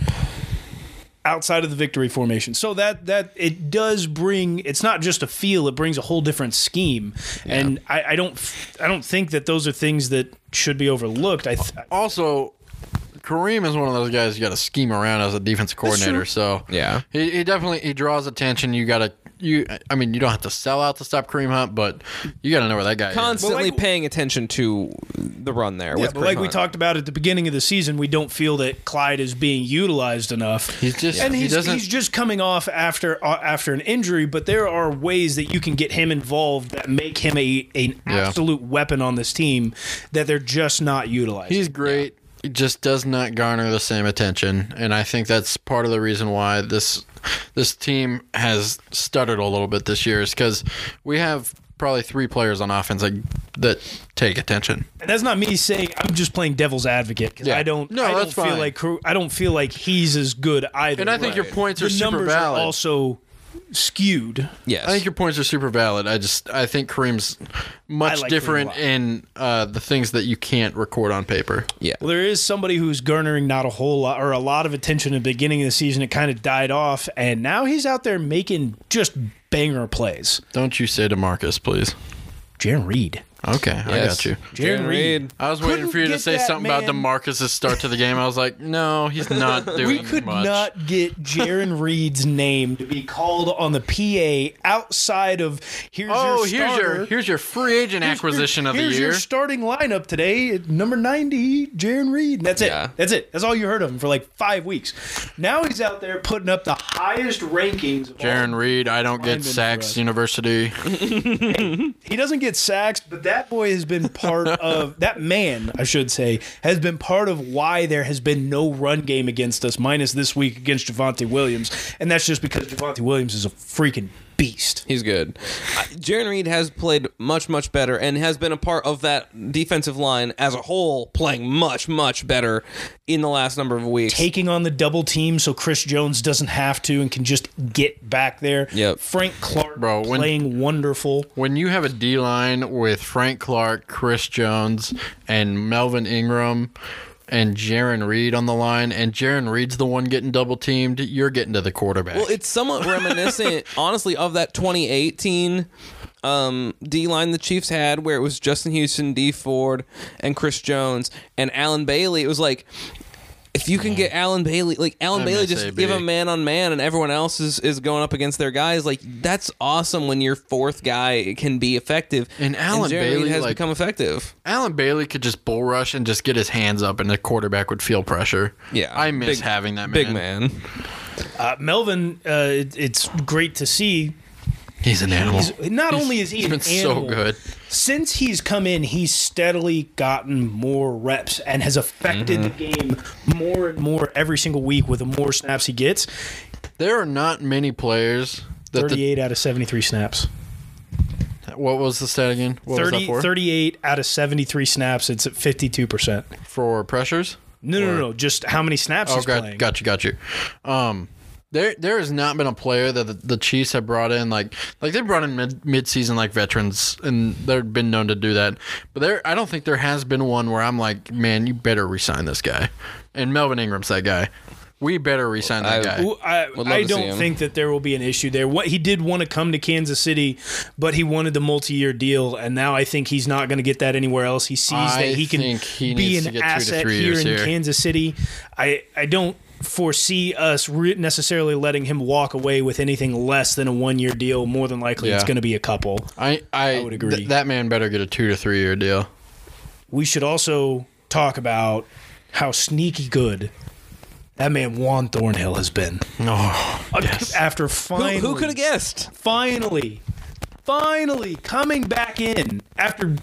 Speaker 2: outside of the victory formation. So that that it does bring. It's not just a feel. It brings a whole different scheme. And I, I don't. f- I don't think that those are things that should be overlooked. I. Th-
Speaker 4: also Kareem is one of those guys you got to scheme around as a defensive coordinator. So
Speaker 3: Yeah.
Speaker 4: he, he definitely he draws attention. You got to you. I mean, you don't have to sell out to stop Kareem Hunt, but you got to know where that guy is.
Speaker 3: Constantly
Speaker 2: But like-
Speaker 3: paying attention to the run there.
Speaker 2: Yeah,
Speaker 3: with
Speaker 2: but like
Speaker 3: Kareem
Speaker 2: we
Speaker 3: Hunt.
Speaker 2: talked about at the beginning of the season, we don't feel that Clyde is being utilized enough.
Speaker 4: He's just-
Speaker 2: and
Speaker 4: he
Speaker 2: he's,
Speaker 4: doesn't-
Speaker 2: he's just coming off after uh, after an injury. But there are ways that you can get him involved that make him a an
Speaker 4: Yeah.
Speaker 2: absolute weapon on this team that they're just not utilizing.
Speaker 4: He's great. He just does not garner the same attention, and I think that's part of the reason why this this team has stuttered a little bit this year is because we have probably three players on offense that, that take attention.
Speaker 2: And that's not me saying I'm just playing devil's advocate because
Speaker 4: Yeah.
Speaker 2: I don't.
Speaker 4: No,
Speaker 2: I don't
Speaker 4: that's
Speaker 2: feel
Speaker 4: fine.
Speaker 2: like Kar- I don't feel like he's as good either.
Speaker 4: And I think your points are
Speaker 2: the
Speaker 4: super
Speaker 2: numbers
Speaker 4: valid.
Speaker 2: are also skewed.
Speaker 3: Yes.
Speaker 4: I think your points are super valid. I just I think Kareem's
Speaker 2: I
Speaker 4: much
Speaker 2: like Kareem a
Speaker 4: different
Speaker 2: lot.
Speaker 4: in uh, the things that you can't record on paper.
Speaker 3: yeah.
Speaker 2: Well, there is somebody who's garnering not a whole lot or a lot of attention at the beginning of the season. It kind of died off, and now he's out there making just banger plays.
Speaker 4: Don't you say DeMarcus, please.
Speaker 2: Jaron Reed.
Speaker 4: Okay, I
Speaker 3: Yes.
Speaker 4: got you.
Speaker 2: Jaron Reed.
Speaker 4: I was waiting
Speaker 2: Couldn't
Speaker 4: for you to
Speaker 2: get
Speaker 4: say
Speaker 2: that
Speaker 4: something about
Speaker 2: man-
Speaker 4: DeMarcus's start to the game. I was like, no, he's not doing
Speaker 2: We could
Speaker 4: much.
Speaker 2: not get Jaron Reed's name to be called on the PA outside of here's your
Speaker 4: Oh, here's
Speaker 2: starter.
Speaker 4: your here's your free agent
Speaker 2: Here's your-
Speaker 4: acquisition of the
Speaker 2: here's
Speaker 4: year.
Speaker 2: your starting lineup today, number ninety, Jaron Reed. And That's it.
Speaker 3: Yeah.
Speaker 2: That's it. That's all you heard of him for like five weeks. Now he's out there putting up the highest rankings. of all
Speaker 4: Jaron Reed, I don't
Speaker 2: Lineman
Speaker 4: get
Speaker 2: for us.
Speaker 4: Sachs University.
Speaker 2: He doesn't get sacks, but that boy has been part of that man, I should say, has been part of why there has been no run game against us, minus this week against Javante Williams, and that's just because Javante Williams is a freaking beast.
Speaker 3: He's good. Uh, Jaron Reed has played much, much better and has been a part of that defensive line as a whole, playing much, much better in the last number of weeks.
Speaker 2: Taking on the double team so Chris Jones doesn't have to and can just get back there.
Speaker 3: Yep.
Speaker 2: Frank Clark
Speaker 4: Bro, when-
Speaker 2: playing wonderful.
Speaker 4: When you have a D line with Frank Clark, Chris Jones, and Melvin Ingram and Jaron Reed on the line, and Jaron Reed's the one getting double teamed, you're getting to the quarterback.
Speaker 3: Well, it's somewhat reminiscent, honestly, of that 2018 um, D line the Chiefs had, where it was Justin Houston, D Ford, and Chris Jones, and Alan Bailey. It was like. If you can get Alan Bailey, like Alan Bailey, just
Speaker 4: MSAB.
Speaker 3: give him man on man, and everyone else is, is going up against their guys. Like that's awesome when your fourth guy can be effective.
Speaker 4: And Alan
Speaker 3: Jaron Reed
Speaker 4: Bailey,
Speaker 3: has
Speaker 4: like-
Speaker 3: become effective.
Speaker 4: Alan Bailey could just bull rush and just get his hands up, and the quarterback would feel pressure.
Speaker 3: Yeah,
Speaker 4: I miss
Speaker 3: big-
Speaker 4: having that man.
Speaker 3: Big man.
Speaker 2: Uh, Melvin, uh, it- it's great to see.
Speaker 4: He's an animal.
Speaker 2: He's, not only is he
Speaker 4: he's
Speaker 2: an
Speaker 4: been so
Speaker 2: animal,
Speaker 4: good.
Speaker 2: since he's come in, he's steadily gotten more reps and has affected
Speaker 4: Mm-hmm.
Speaker 2: the game more and more every single week with the more snaps he gets.
Speaker 4: There are not many players that the,
Speaker 2: 38 out of 73 snaps.
Speaker 4: what was the stat again? What was that
Speaker 2: 30,
Speaker 4: for?
Speaker 2: 38 out of 73 snaps, it's at 52%.
Speaker 4: For pressures?
Speaker 2: No, no, no, no, just how many snaps
Speaker 4: Oh,
Speaker 2: he's
Speaker 4: got,
Speaker 2: playing.
Speaker 4: got you, got you. Um, there, there has not been a player that the, the Chiefs have brought in like, like they brought in mid mid-season like veterans, and they've been known to do that. But there, I don't think there has been one where I'm like, man, you better resign this guy. And Melvin Ingram's that guy. We better resign that
Speaker 3: I-
Speaker 4: guy.
Speaker 2: Well, I,
Speaker 3: Would love
Speaker 2: I
Speaker 3: to see
Speaker 2: don't
Speaker 3: him.
Speaker 2: think that there will be an issue there. What he did want to come to Kansas City, but he wanted the multi-year deal, and now I think he's not going to get that anywhere else. He sees
Speaker 4: I
Speaker 2: that he can
Speaker 4: think he
Speaker 2: be
Speaker 4: needs
Speaker 2: an
Speaker 4: to get two to
Speaker 2: asset
Speaker 4: three
Speaker 2: here
Speaker 4: years
Speaker 2: in
Speaker 4: here.
Speaker 2: Kansas City. I I don't foresee us re- necessarily letting him walk away with anything less than a one-year deal. More than likely, it's
Speaker 4: Yeah.
Speaker 2: going to be a couple.
Speaker 4: I, I,
Speaker 2: would agree.
Speaker 4: th- that man better get a two to three year deal.
Speaker 2: We should also talk about how sneaky good that man Juan Thornhill has been.
Speaker 4: Oh,
Speaker 2: After
Speaker 3: Who,
Speaker 2: finally,
Speaker 3: who could have guessed?
Speaker 2: finally, finally coming back in after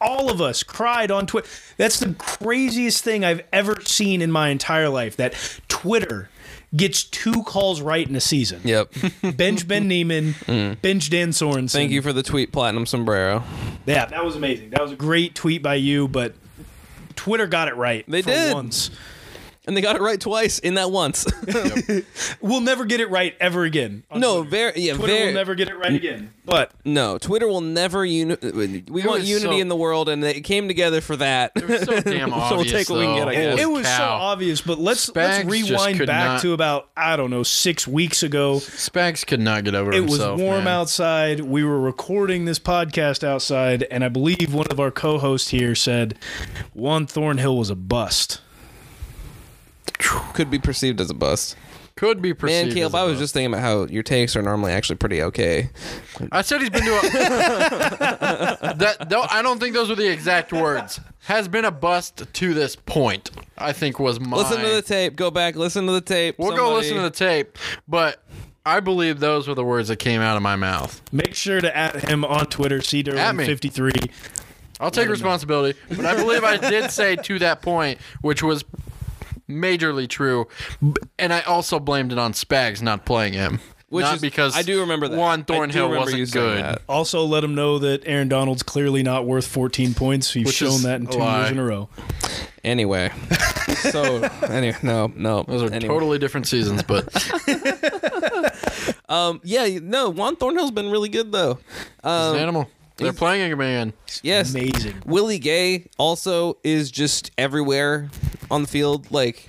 Speaker 2: all of us cried on Twitter. That's the craziest thing I've ever seen in my entire life. That Twitter gets two calls right in a season.
Speaker 3: Yep. Mm.
Speaker 2: Bench Ben Neiman, bench Dan Sorensen.
Speaker 3: Thank you for the tweet, platinum sombrero.
Speaker 2: Yeah, that was amazing. That was a great tweet by you, but Twitter got it right.
Speaker 3: They
Speaker 2: for
Speaker 3: did.
Speaker 2: Once.
Speaker 3: And they got it right twice in that once.
Speaker 2: We'll never get it right ever again. on
Speaker 3: no,
Speaker 2: Twitter.
Speaker 3: very yeah,
Speaker 2: Twitter
Speaker 3: very
Speaker 2: will never get it right again. But
Speaker 3: no. Twitter will never uni- uh, We want
Speaker 4: was
Speaker 3: unity
Speaker 4: so-
Speaker 3: in the world, and they came together for that.
Speaker 4: so damn
Speaker 3: So we'll
Speaker 4: obvious.
Speaker 3: take what we can
Speaker 4: though.
Speaker 3: get, I guess.
Speaker 4: Holy
Speaker 2: it was so
Speaker 4: cow.
Speaker 2: obvious, but let's
Speaker 4: Spags
Speaker 2: let's
Speaker 4: just
Speaker 2: rewind
Speaker 4: could
Speaker 2: back
Speaker 4: not-
Speaker 2: to about I don't know six weeks ago.
Speaker 4: Spags could not get over
Speaker 2: It was
Speaker 4: himself.
Speaker 2: warm
Speaker 4: man.
Speaker 2: outside. We were recording this podcast outside, and I believe one of our co-hosts here said Juan Thornhill was a bust.
Speaker 3: Could be perceived as a bust.
Speaker 4: could be perceived.
Speaker 3: Man,
Speaker 4: as
Speaker 3: Caleb,
Speaker 4: a
Speaker 3: I was
Speaker 4: vote.
Speaker 3: just thinking about how your takes are normally actually pretty okay.
Speaker 4: I said he's been to a. that though, I don't think those were the exact words. Has been a bust to this point. I think was my.
Speaker 3: Listen to the tape. Go back. Listen to the tape.
Speaker 4: we'll go listen to the tape, but I believe those were the words that came out of my mouth.
Speaker 2: Make sure to at him on Twitter, C
Speaker 4: At me.
Speaker 2: 53
Speaker 4: I'll take responsibility, but I believe I did say to that point, which was majorly true, b- and I also blamed it on Spags not playing him.
Speaker 3: Which
Speaker 4: not
Speaker 3: is-
Speaker 4: because
Speaker 3: I do remember that. I
Speaker 4: Juan
Speaker 3: do
Speaker 4: Thornhill
Speaker 3: remember you
Speaker 4: wasn't
Speaker 3: saying
Speaker 4: good.
Speaker 3: that.
Speaker 2: Also, let him know that Aaron Donald's clearly not worth 14 points. You've
Speaker 4: Which
Speaker 2: shown
Speaker 4: is
Speaker 2: that in
Speaker 4: a
Speaker 2: two
Speaker 4: lie.
Speaker 2: years in a row.
Speaker 3: Anyway, so anyway, no, no,
Speaker 4: Those are
Speaker 3: anyway.
Speaker 4: totally different seasons, but
Speaker 3: Um, yeah, you- no, Juan Thornhill's been really good though. Um,
Speaker 4: He's an animal. They're playing a man.
Speaker 3: Yes,
Speaker 2: Amazing.
Speaker 3: Willie Gay also is just everywhere on the field. Like,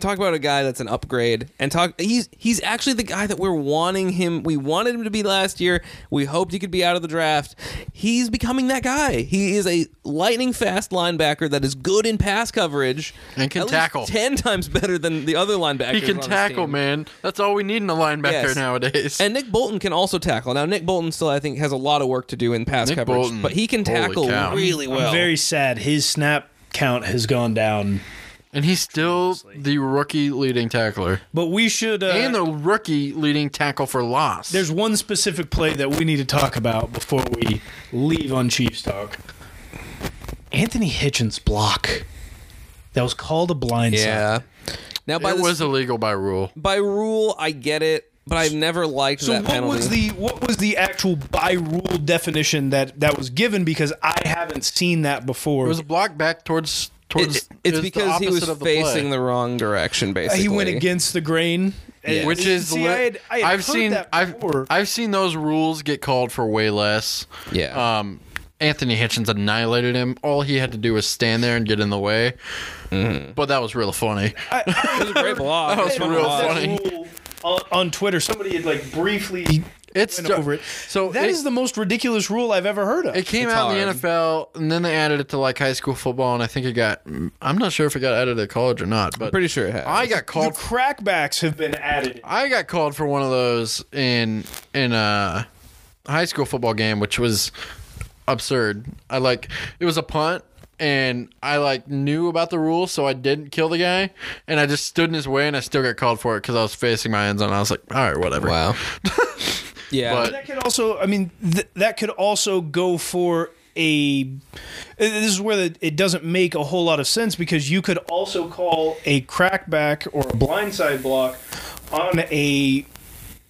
Speaker 3: talk about a guy that's an upgrade, and talk he's he's actually the guy that we're wanting him. We wanted him to be last year. We hoped he could be out of the draft. He's becoming that guy. He is a lightning fast linebacker that is good in pass coverage
Speaker 4: And can
Speaker 3: at least
Speaker 4: tackle.
Speaker 3: ten times better than the other linebackers.
Speaker 4: He can
Speaker 3: on this
Speaker 4: tackle,
Speaker 3: team.
Speaker 4: man. That's all we need in a linebacker
Speaker 3: Yes.
Speaker 4: nowadays.
Speaker 3: And Nick Bolton can also tackle. Now Nick Bolton still I think has a lot of work to do in pass
Speaker 4: Nick
Speaker 3: coverage,
Speaker 4: Bolton,
Speaker 3: but he can
Speaker 4: holy
Speaker 3: tackle
Speaker 4: cow.
Speaker 3: really well.
Speaker 2: I'm very sad. His snap count has gone down.
Speaker 4: And he's still the rookie leading tackler.
Speaker 2: But we should. Uh,
Speaker 4: and the rookie leading tackle for loss.
Speaker 2: there's one specific play that we need to talk about before we leave on Chiefs talk. Anthony Hitchens' block that was called a blindside.
Speaker 3: yeah. Now by
Speaker 4: it
Speaker 3: this-
Speaker 4: was illegal by rule.
Speaker 3: by rule I get it, but I've never liked
Speaker 2: So
Speaker 3: that
Speaker 2: what
Speaker 3: penalty.
Speaker 2: was the what was the actual by rule definition that that was given? Because I haven't seen that before.
Speaker 4: It was a block back towards towards.
Speaker 3: It-
Speaker 4: it was
Speaker 3: it's
Speaker 4: the
Speaker 3: because he
Speaker 4: opposite
Speaker 3: was
Speaker 4: of the
Speaker 3: facing
Speaker 4: play.
Speaker 3: the wrong direction. Basically,
Speaker 2: he went against the grain, And-
Speaker 4: which is
Speaker 2: see, I had, I had
Speaker 4: have
Speaker 2: heard
Speaker 4: seen
Speaker 2: that
Speaker 4: I've
Speaker 2: before.
Speaker 4: I've seen those rules get called for way less.
Speaker 3: Yeah.
Speaker 4: Um, Anthony Hitchens annihilated him. All he had to do was stand there and get in the way.
Speaker 3: Mm-hmm.
Speaker 4: But that was real funny.
Speaker 3: It was a great block.
Speaker 4: That was
Speaker 3: Fun
Speaker 4: real
Speaker 3: block.
Speaker 4: funny.
Speaker 2: rule on, on Twitter. Somebody had like briefly
Speaker 4: It's
Speaker 2: went over it.
Speaker 4: So
Speaker 2: that
Speaker 4: it-
Speaker 2: is the most ridiculous rule I've ever heard of.
Speaker 4: It came
Speaker 3: It's
Speaker 4: out in the
Speaker 3: hard.
Speaker 4: NFL, and then they added it to like high school football, and I think it got. I'm not sure if it got added to college or not, but
Speaker 3: Pretty sure it has.
Speaker 4: I got
Speaker 2: the
Speaker 4: called.
Speaker 2: crackbacks have been added.
Speaker 4: I got called for one of those in in a high school football game, which was absurd. I like it was a punt. And I like knew about the rules, so I didn't kill the guy, and I just stood in his way, and I still got called for it because I was facing my end zone. I was like, "All right, whatever."
Speaker 3: Wow. yeah.
Speaker 4: But-
Speaker 2: That could also, I mean, th- that could also go for a. uh, This is where the, it doesn't make a whole lot of sense because you could also call a crackback or a blindside block on a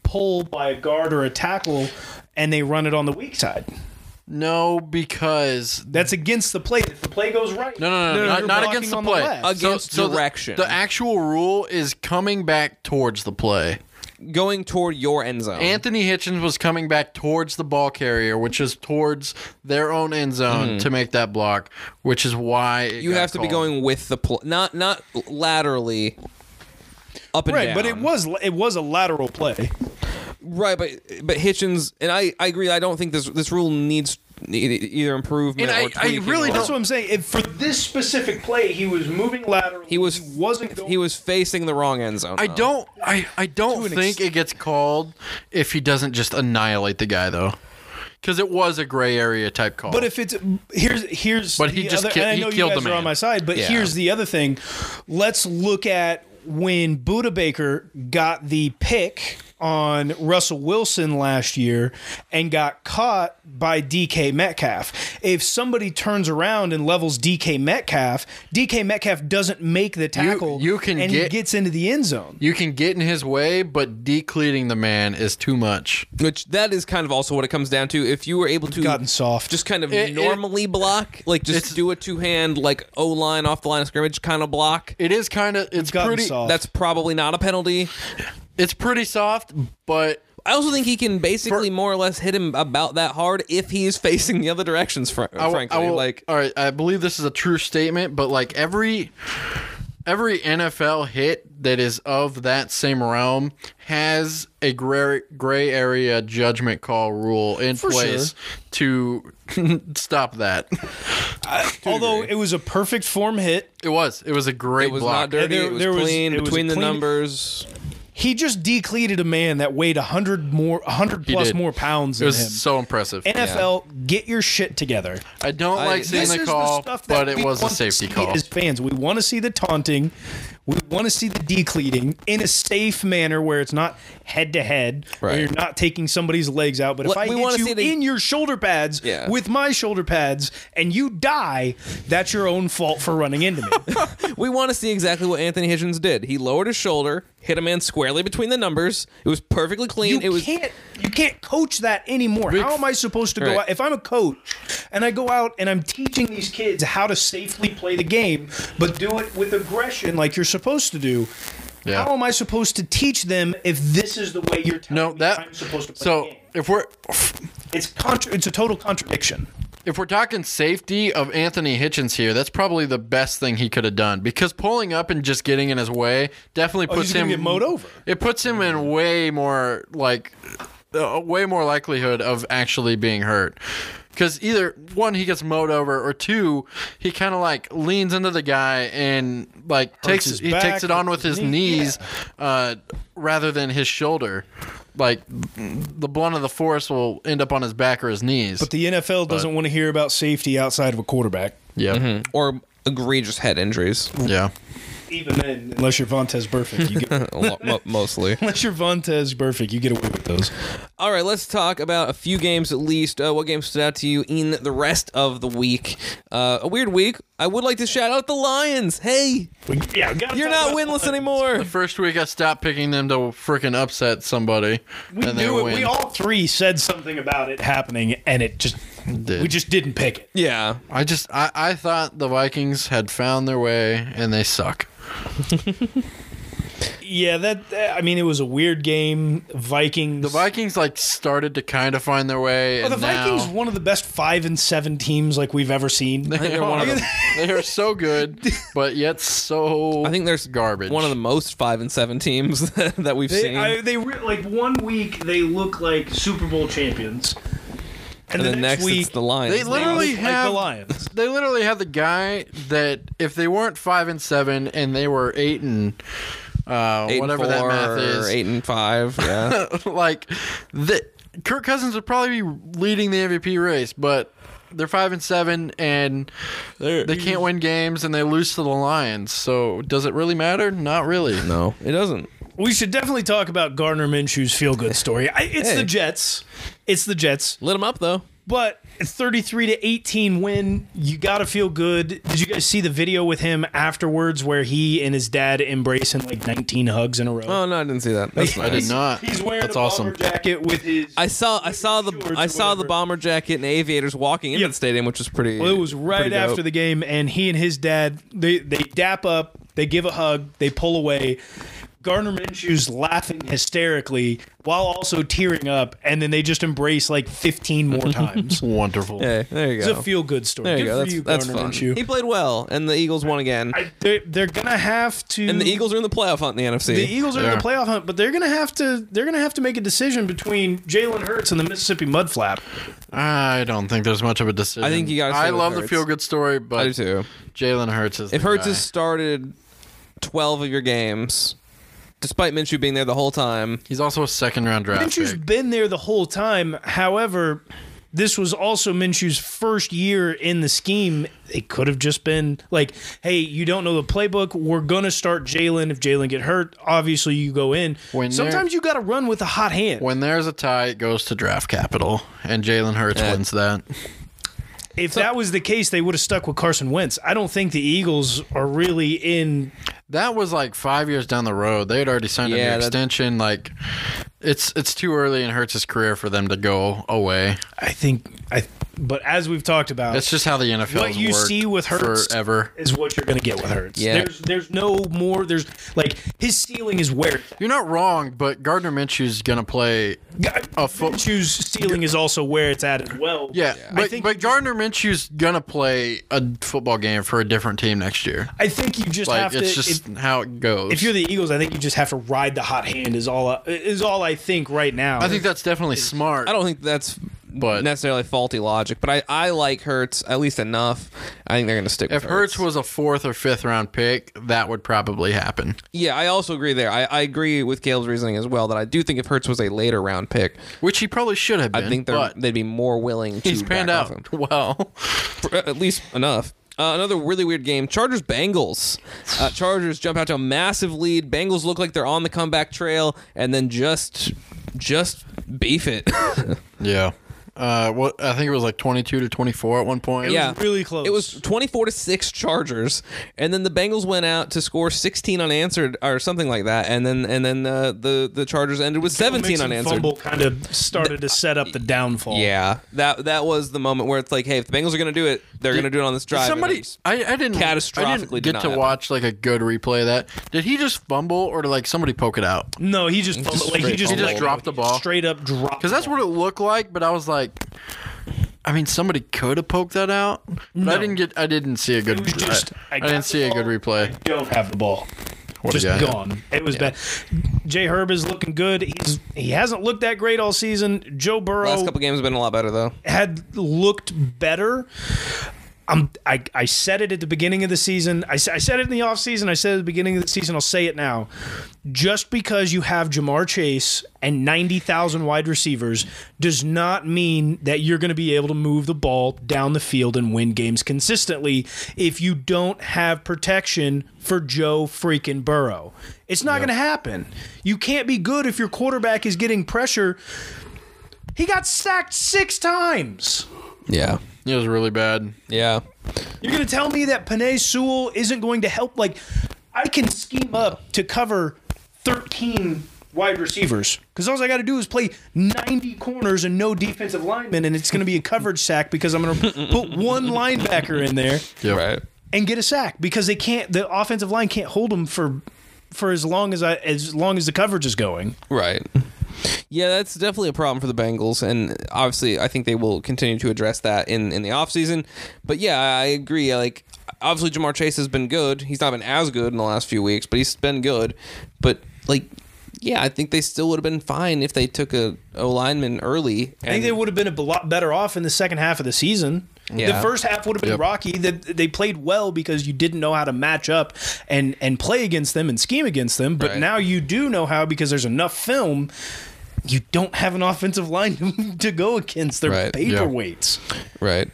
Speaker 2: pull by a guard or a tackle, and they run it on the weak side.
Speaker 4: No, because
Speaker 2: That's against the play. If the play goes right,
Speaker 4: No, no, no,
Speaker 2: you're
Speaker 4: not, not
Speaker 2: blocking
Speaker 4: against the
Speaker 2: on
Speaker 4: play.
Speaker 2: left.
Speaker 3: Against
Speaker 4: the-
Speaker 3: direction.
Speaker 4: The, actual rule is coming back towards the play.
Speaker 3: Going toward your end zone.
Speaker 4: Anthony Hitchens was coming back towards the ball carrier, which is towards their own end zone to make that block, which is why it
Speaker 3: Mm-hmm. you
Speaker 4: got
Speaker 3: have to be
Speaker 4: called.
Speaker 3: going with the pl- not not laterally. Up and
Speaker 2: right,
Speaker 3: down.
Speaker 2: but it was it was a lateral play.
Speaker 3: Right, but but Hitchens and I, I agree. I don't think this this rule needs e- either improvement
Speaker 4: And I-
Speaker 3: or
Speaker 4: I
Speaker 3: tweaking
Speaker 4: really
Speaker 3: or-
Speaker 2: That's what I'm saying. If for this specific play, he was moving laterally.
Speaker 3: He was
Speaker 2: wasn't going
Speaker 3: he was facing the wrong end zone.
Speaker 4: I
Speaker 3: though.
Speaker 4: don't. I, I don't
Speaker 2: an
Speaker 4: think it gets called if he doesn't just annihilate the guy though, because it was a gray area type call.
Speaker 2: But if it's here's here's
Speaker 4: But he
Speaker 2: the
Speaker 4: just
Speaker 2: other,
Speaker 4: ki-
Speaker 2: and I
Speaker 4: he
Speaker 2: know you
Speaker 4: killed
Speaker 2: guys
Speaker 4: the
Speaker 2: are on
Speaker 4: man.
Speaker 2: my side, but
Speaker 3: Yeah.
Speaker 2: here's the other thing. Let's look at when Buda Baker got the pick on Russell Wilson last year and got caught by DK Metcalf. If somebody turns around and levels DK Metcalf, DK Metcalf doesn't make the tackle
Speaker 4: you can
Speaker 2: and he
Speaker 4: get-
Speaker 2: gets into the end zone.
Speaker 4: you can get in his way, but decleating the man is too much.
Speaker 3: Which that is kind of also what it comes down to. If you were able to
Speaker 2: Gotten soft.
Speaker 3: just kind of
Speaker 4: It- it-
Speaker 3: normally block, like just do a two hand like O line off the line of scrimmage kind of block.
Speaker 4: It is kind of. It's
Speaker 2: gotten
Speaker 4: pretty.
Speaker 2: soft.
Speaker 3: That's probably not a penalty.
Speaker 4: It's pretty soft, but
Speaker 3: I also think he can basically more or less hit him about that hard if he is facing the other directions. Fr-
Speaker 4: will-
Speaker 3: frankly,
Speaker 4: will-
Speaker 3: like
Speaker 4: all right, I believe this is a true statement, but like every every NFL hit that is of that same realm has a gray gray area judgment call rule in place to stop that.
Speaker 2: Although it was a perfect form hit,
Speaker 4: It was it was a great
Speaker 3: it was
Speaker 4: block.
Speaker 3: not dirty.
Speaker 2: There-
Speaker 3: it was
Speaker 2: there was-
Speaker 3: clean
Speaker 2: it was a
Speaker 3: between the
Speaker 2: clean-
Speaker 3: numbers.
Speaker 2: He just decleated a man that weighed 100 more 100 plus
Speaker 4: did.
Speaker 2: more pounds
Speaker 4: It
Speaker 2: than
Speaker 4: was
Speaker 2: him.
Speaker 4: so impressive.
Speaker 2: NFL, get your shit together.
Speaker 4: I don't like seeing
Speaker 2: This
Speaker 4: the
Speaker 2: is
Speaker 4: call,
Speaker 2: stuff that
Speaker 4: but it
Speaker 2: we
Speaker 4: was a
Speaker 2: want to
Speaker 4: safety
Speaker 2: see
Speaker 4: call.
Speaker 2: As fans, we want to see the taunting, we want to see the decleating in a safe manner where it's not head to head, where
Speaker 3: Right.
Speaker 2: you're not taking somebody's legs out. But if
Speaker 3: What-
Speaker 2: I
Speaker 3: we
Speaker 2: hit
Speaker 3: wanna
Speaker 2: you
Speaker 3: see the-
Speaker 2: in your shoulder pads
Speaker 3: Yeah.
Speaker 2: with my shoulder pads and you die, that's your own fault for running into me.
Speaker 3: We want to see exactly what Anthony Hitchens did. He lowered his shoulder, hit a man squarely between the numbers. It was perfectly clean.
Speaker 2: you
Speaker 3: it was
Speaker 2: can't you can't coach that anymore. how am I supposed to go
Speaker 3: Right.
Speaker 2: out if I'm a coach and I go out and I'm teaching these kids how to safely play the game, but do it with aggression like you're supposed to do?
Speaker 4: Yeah.
Speaker 2: How am I supposed to teach them if this is the way you're telling
Speaker 4: No,
Speaker 2: me
Speaker 4: that.
Speaker 2: I'm supposed to play the
Speaker 4: So
Speaker 2: game?
Speaker 4: if we're
Speaker 2: It's contra- it's a total contradiction.
Speaker 4: if we're talking safety of Anthony Hitchens here, that's probably the best thing he could have done because pulling up and just getting in his way definitely puts
Speaker 2: Oh, he's
Speaker 4: him
Speaker 2: gonna get mowed over.
Speaker 4: It puts him in way more like uh, way more likelihood of actually being hurt. Because either one, he gets mowed over, or two, he kind of like leans into the guy and like takes
Speaker 2: his
Speaker 4: he
Speaker 2: back,
Speaker 4: takes it on with his
Speaker 2: his knee,
Speaker 4: knees uh, rather than his shoulder. Like the blunt of the force will end up on his back or his knees.
Speaker 2: But the NFL doesn't want to hear about safety outside of a quarterback.
Speaker 4: yeah,
Speaker 3: or egregious head injuries,
Speaker 4: yeah.
Speaker 2: Even then, unless you're Vontez Burfict, you get,
Speaker 3: A lot- mo- mostly.
Speaker 2: unless you're Vontez Burfict, you get away with those.
Speaker 3: All right, let's talk about a few games at least. Uh, what games stood out to you in the rest of the week? Uh, a weird week. I would like to shout out the Lions. Hey,
Speaker 2: We- yeah, we gotta
Speaker 3: you're
Speaker 2: talk
Speaker 3: not
Speaker 2: about-
Speaker 3: winless anymore.
Speaker 4: First week, I stopped picking them to freaking upset somebody.
Speaker 2: We
Speaker 4: and they
Speaker 2: knew it.
Speaker 4: win.
Speaker 2: We all three said something about it happening, and it just
Speaker 4: Did.
Speaker 2: we just didn't pick it.
Speaker 3: Yeah,
Speaker 4: I just I, I thought the Vikings had found their way and they suck.
Speaker 2: Yeah, that that- I mean, it was a weird game. Vikings.
Speaker 4: The Vikings like started to kind of find their way.
Speaker 2: Are
Speaker 4: and
Speaker 2: Oh, the Vikings
Speaker 4: now-
Speaker 2: one of the best five and seven teams like we've ever seen?
Speaker 4: They
Speaker 3: they're
Speaker 4: are-
Speaker 3: one of them.
Speaker 4: they are so good, but yet so.
Speaker 3: I think there's
Speaker 4: garbage.
Speaker 3: One of the most five and seven teams that we've
Speaker 2: They,
Speaker 3: seen.
Speaker 2: I, they re- like one week they look like Super Bowl champions, and,
Speaker 3: and
Speaker 2: the,
Speaker 3: then next,
Speaker 2: next, week
Speaker 3: it's the Lions.
Speaker 4: They
Speaker 2: they
Speaker 4: literally-
Speaker 2: look like
Speaker 4: have-
Speaker 2: the Lions.
Speaker 4: they literally had the guy that if they weren't five and seven and they were eight and uh,
Speaker 3: eight
Speaker 4: whatever
Speaker 3: and
Speaker 4: that
Speaker 3: four,
Speaker 4: math
Speaker 3: or
Speaker 4: is,
Speaker 3: eight and five. Yeah.
Speaker 4: like the Kirk Cousins would probably be leading the MVP race, but they're five and seven and they can't win games and they lose to the Lions. So does it really matter? Not really.
Speaker 3: no, it doesn't.
Speaker 2: We should definitely talk about Gardner Minshew's feel good story. I, it's
Speaker 3: Hey.
Speaker 2: the Jets. It's the Jets.
Speaker 3: Lit them up though.
Speaker 2: But it's 33 to 18 win, you got to feel good. Did you guys see the video with him afterwards where he and his dad embrace in like 19 hugs in a row?
Speaker 3: Oh no, I didn't see that. That's
Speaker 4: I
Speaker 3: nice.
Speaker 4: did not.
Speaker 2: He's wearing
Speaker 4: That's
Speaker 2: a bomber
Speaker 4: awesome.
Speaker 2: jacket with his.
Speaker 3: I saw I saw the
Speaker 2: Shorts
Speaker 3: I
Speaker 2: or
Speaker 3: saw the
Speaker 2: whatever.
Speaker 3: bomber jacket and aviators walking into
Speaker 2: Yeah.
Speaker 3: the stadium, which was pretty.
Speaker 2: Well, it was right
Speaker 3: pretty dope.
Speaker 2: after the game, and he and his dad they they dap up, they give a hug, they pull away. Gardner Minshew's laughing hysterically while also tearing up, and then they just embrace like 15 more times.
Speaker 4: Wonderful.
Speaker 3: Hey, there you
Speaker 2: It's
Speaker 3: go.
Speaker 2: a feel good story.
Speaker 3: there you
Speaker 2: good
Speaker 3: go.
Speaker 2: for
Speaker 3: That's,
Speaker 2: you,
Speaker 3: that's
Speaker 2: Gardner
Speaker 3: fun.
Speaker 2: Minshew.
Speaker 3: He played well, and the Eagles won again.
Speaker 2: I, they're they're gonna have to.
Speaker 3: and the Eagles are in the playoff hunt in the NFC.
Speaker 2: the Eagles are in
Speaker 4: Yeah.
Speaker 2: the playoff hunt, but they're gonna have to they're gonna have to make a decision between Jalen Hurts and the Mississippi Mudflap.
Speaker 4: I don't think there's much of a decision.
Speaker 3: I think you gotta stay
Speaker 4: I
Speaker 3: with
Speaker 4: love the
Speaker 3: Hurts.
Speaker 4: feel good story, but
Speaker 3: I do too.
Speaker 4: Jalen Hurts is.
Speaker 3: If
Speaker 4: the
Speaker 3: Hurts
Speaker 4: guy.
Speaker 3: has started twelve of your games, despite Minshew being there the whole time,
Speaker 4: he's also a second round draft
Speaker 2: Minshew's
Speaker 4: pick.
Speaker 2: been there the whole time. However, this was also Minshew's first year in the scheme. It could have just been like, "Hey, you don't know the playbook. We're gonna start Jalen. If Jalen get hurt, obviously you go in.
Speaker 4: When they're-
Speaker 2: Sometimes you got to run with a hot hand.
Speaker 4: When there's a tie, it goes to draft capital, and Jalen Hurts wins that.
Speaker 2: if that was the case, they would have stuck with Carson Wentz. I don't think the Eagles are really in
Speaker 4: That was like five years down the road. They had already signed
Speaker 3: Yeah,
Speaker 4: a
Speaker 3: that-
Speaker 4: new extension. Like, it's it's too early in Hurts' career for them to go away.
Speaker 2: I think I. But as we've talked about,
Speaker 4: That's just how the NFL.
Speaker 2: what you see with Hurts
Speaker 4: forever.
Speaker 2: is what you're going to get with Hurts.
Speaker 3: Yeah.
Speaker 2: There's there's no more. There's like his ceiling is where
Speaker 4: You're not wrong, but Gardner Minshew's gonna play.
Speaker 2: a
Speaker 4: fo-
Speaker 2: Minshew's ceiling is also where it's at as well.
Speaker 4: Yeah, but,
Speaker 2: I think
Speaker 4: but Gardner Minshew's gonna play a football game for a different team next year.
Speaker 2: I think you just
Speaker 4: Like
Speaker 2: have
Speaker 4: it's
Speaker 2: to.
Speaker 4: just
Speaker 2: if,
Speaker 4: how it goes.
Speaker 2: if you're the Eagles, I think you just have to ride the hot hand. Is all I- is all I think right now.
Speaker 4: I think that's definitely smart.
Speaker 3: I don't think that's
Speaker 4: But
Speaker 3: necessarily faulty logic, but I, I like Hertz at least enough. I think they're going to stick
Speaker 4: if
Speaker 3: with
Speaker 4: Hertz was a fourth or fifth round pick, that would probably happen.
Speaker 3: Yeah, I also agree there. I, I agree with Caleb's reasoning as well that I do think if Hertz was a later round pick,
Speaker 4: Which he probably should have been.
Speaker 3: I think they're,
Speaker 4: but
Speaker 3: they'd be more willing to
Speaker 4: he's panned
Speaker 3: back off him.
Speaker 4: out well.
Speaker 3: For- at least enough. Uh, another really weird game. Chargers Bengals. Uh, Chargers jump out to a massive lead. Bengals look like they're on the comeback trail, and then just just beef it.
Speaker 4: Yeah. Uh, what I think it was like twenty two to twenty four at one point.
Speaker 3: yeah,
Speaker 1: really close.
Speaker 3: It was twenty four to six Chargers, and then the Bengals went out to score sixteen unanswered or something like that, and then and then uh, the the Chargers ended with seventeen unanswered.
Speaker 1: Fumble kind of started to set up the downfall.
Speaker 3: Yeah, that that was the moment where it's like, hey, if the Bengals are going to do it, they're going to do it on this drive. and
Speaker 4: Somebody,
Speaker 3: it's-
Speaker 4: I, I didn't I
Speaker 3: Catastrophically
Speaker 4: didn't
Speaker 3: did
Speaker 4: get
Speaker 3: not
Speaker 4: to
Speaker 3: happen.
Speaker 4: watch like a good replay of that. Did he just fumble or did like somebody poke it out?
Speaker 1: No, he just, fumbled- like he
Speaker 3: straight
Speaker 1: just,
Speaker 3: fumbled. He
Speaker 4: just dropped the ball.
Speaker 1: Straight up dropped.
Speaker 4: Because that's what it looked like. But I was like, I mean, somebody could have poked that out. But I didn't get. I didn't see a good.
Speaker 1: was just, I
Speaker 4: I, I
Speaker 1: got the
Speaker 4: didn't see a good
Speaker 1: ball.
Speaker 4: replay.
Speaker 1: don't have the ball.
Speaker 4: What a
Speaker 1: just
Speaker 4: guy.
Speaker 1: gone. It was bad. Jay Herb is looking good. He's he hasn't looked that great all season. Joe Burrow
Speaker 3: last couple games have been a lot better though.
Speaker 1: had looked better. I'm, I, I said it at the beginning of the season. I, s- I said it in the offseason. I said it at the beginning of the season. I'll say it now. Just because you have Jamar Chase and 90,000 wide receivers does not mean that you're going to be able to move the ball down the field and win games consistently if you don't have protection for Joe freaking Burrow. It's not going to happen. You can't be good if your quarterback is getting pressure. He got sacked six times.
Speaker 3: Yeah,
Speaker 4: It was really bad.
Speaker 3: yeah.
Speaker 1: You're going to tell me that Panay Sewell isn't going to help? Like, I can scheme up to cover 13 wide receivers because all I got to do is play 90 corners and no defensive linemen, and it's going to be a coverage sack because I'm going to put one linebacker in there
Speaker 4: Yep.
Speaker 3: Right.
Speaker 1: and get a sack because they can't. The offensive line can't hold them for for as long as I as long as the coverage is going.
Speaker 3: Right. Yeah, that's definitely a problem for the Bengals, and obviously, I think they will continue to address that in in the offseason. But yeah, I agree. Like, obviously, Jamar Chase has been good. He's not been as good in the last few weeks, but he's been good. But like, yeah, I think they still would have been fine if they took a O lineman early.
Speaker 1: I think they would have been a lot better off in the second half of the season.
Speaker 3: Yeah.
Speaker 1: The first half would have been
Speaker 4: Yep.
Speaker 1: rocky. That they played well because you didn't know how to match up and and play against them and scheme against them. But
Speaker 3: Right.
Speaker 1: now you do know how because there's enough film. You don't have an offensive line to go against their
Speaker 3: Right, yeah.
Speaker 1: paperweights.
Speaker 3: right.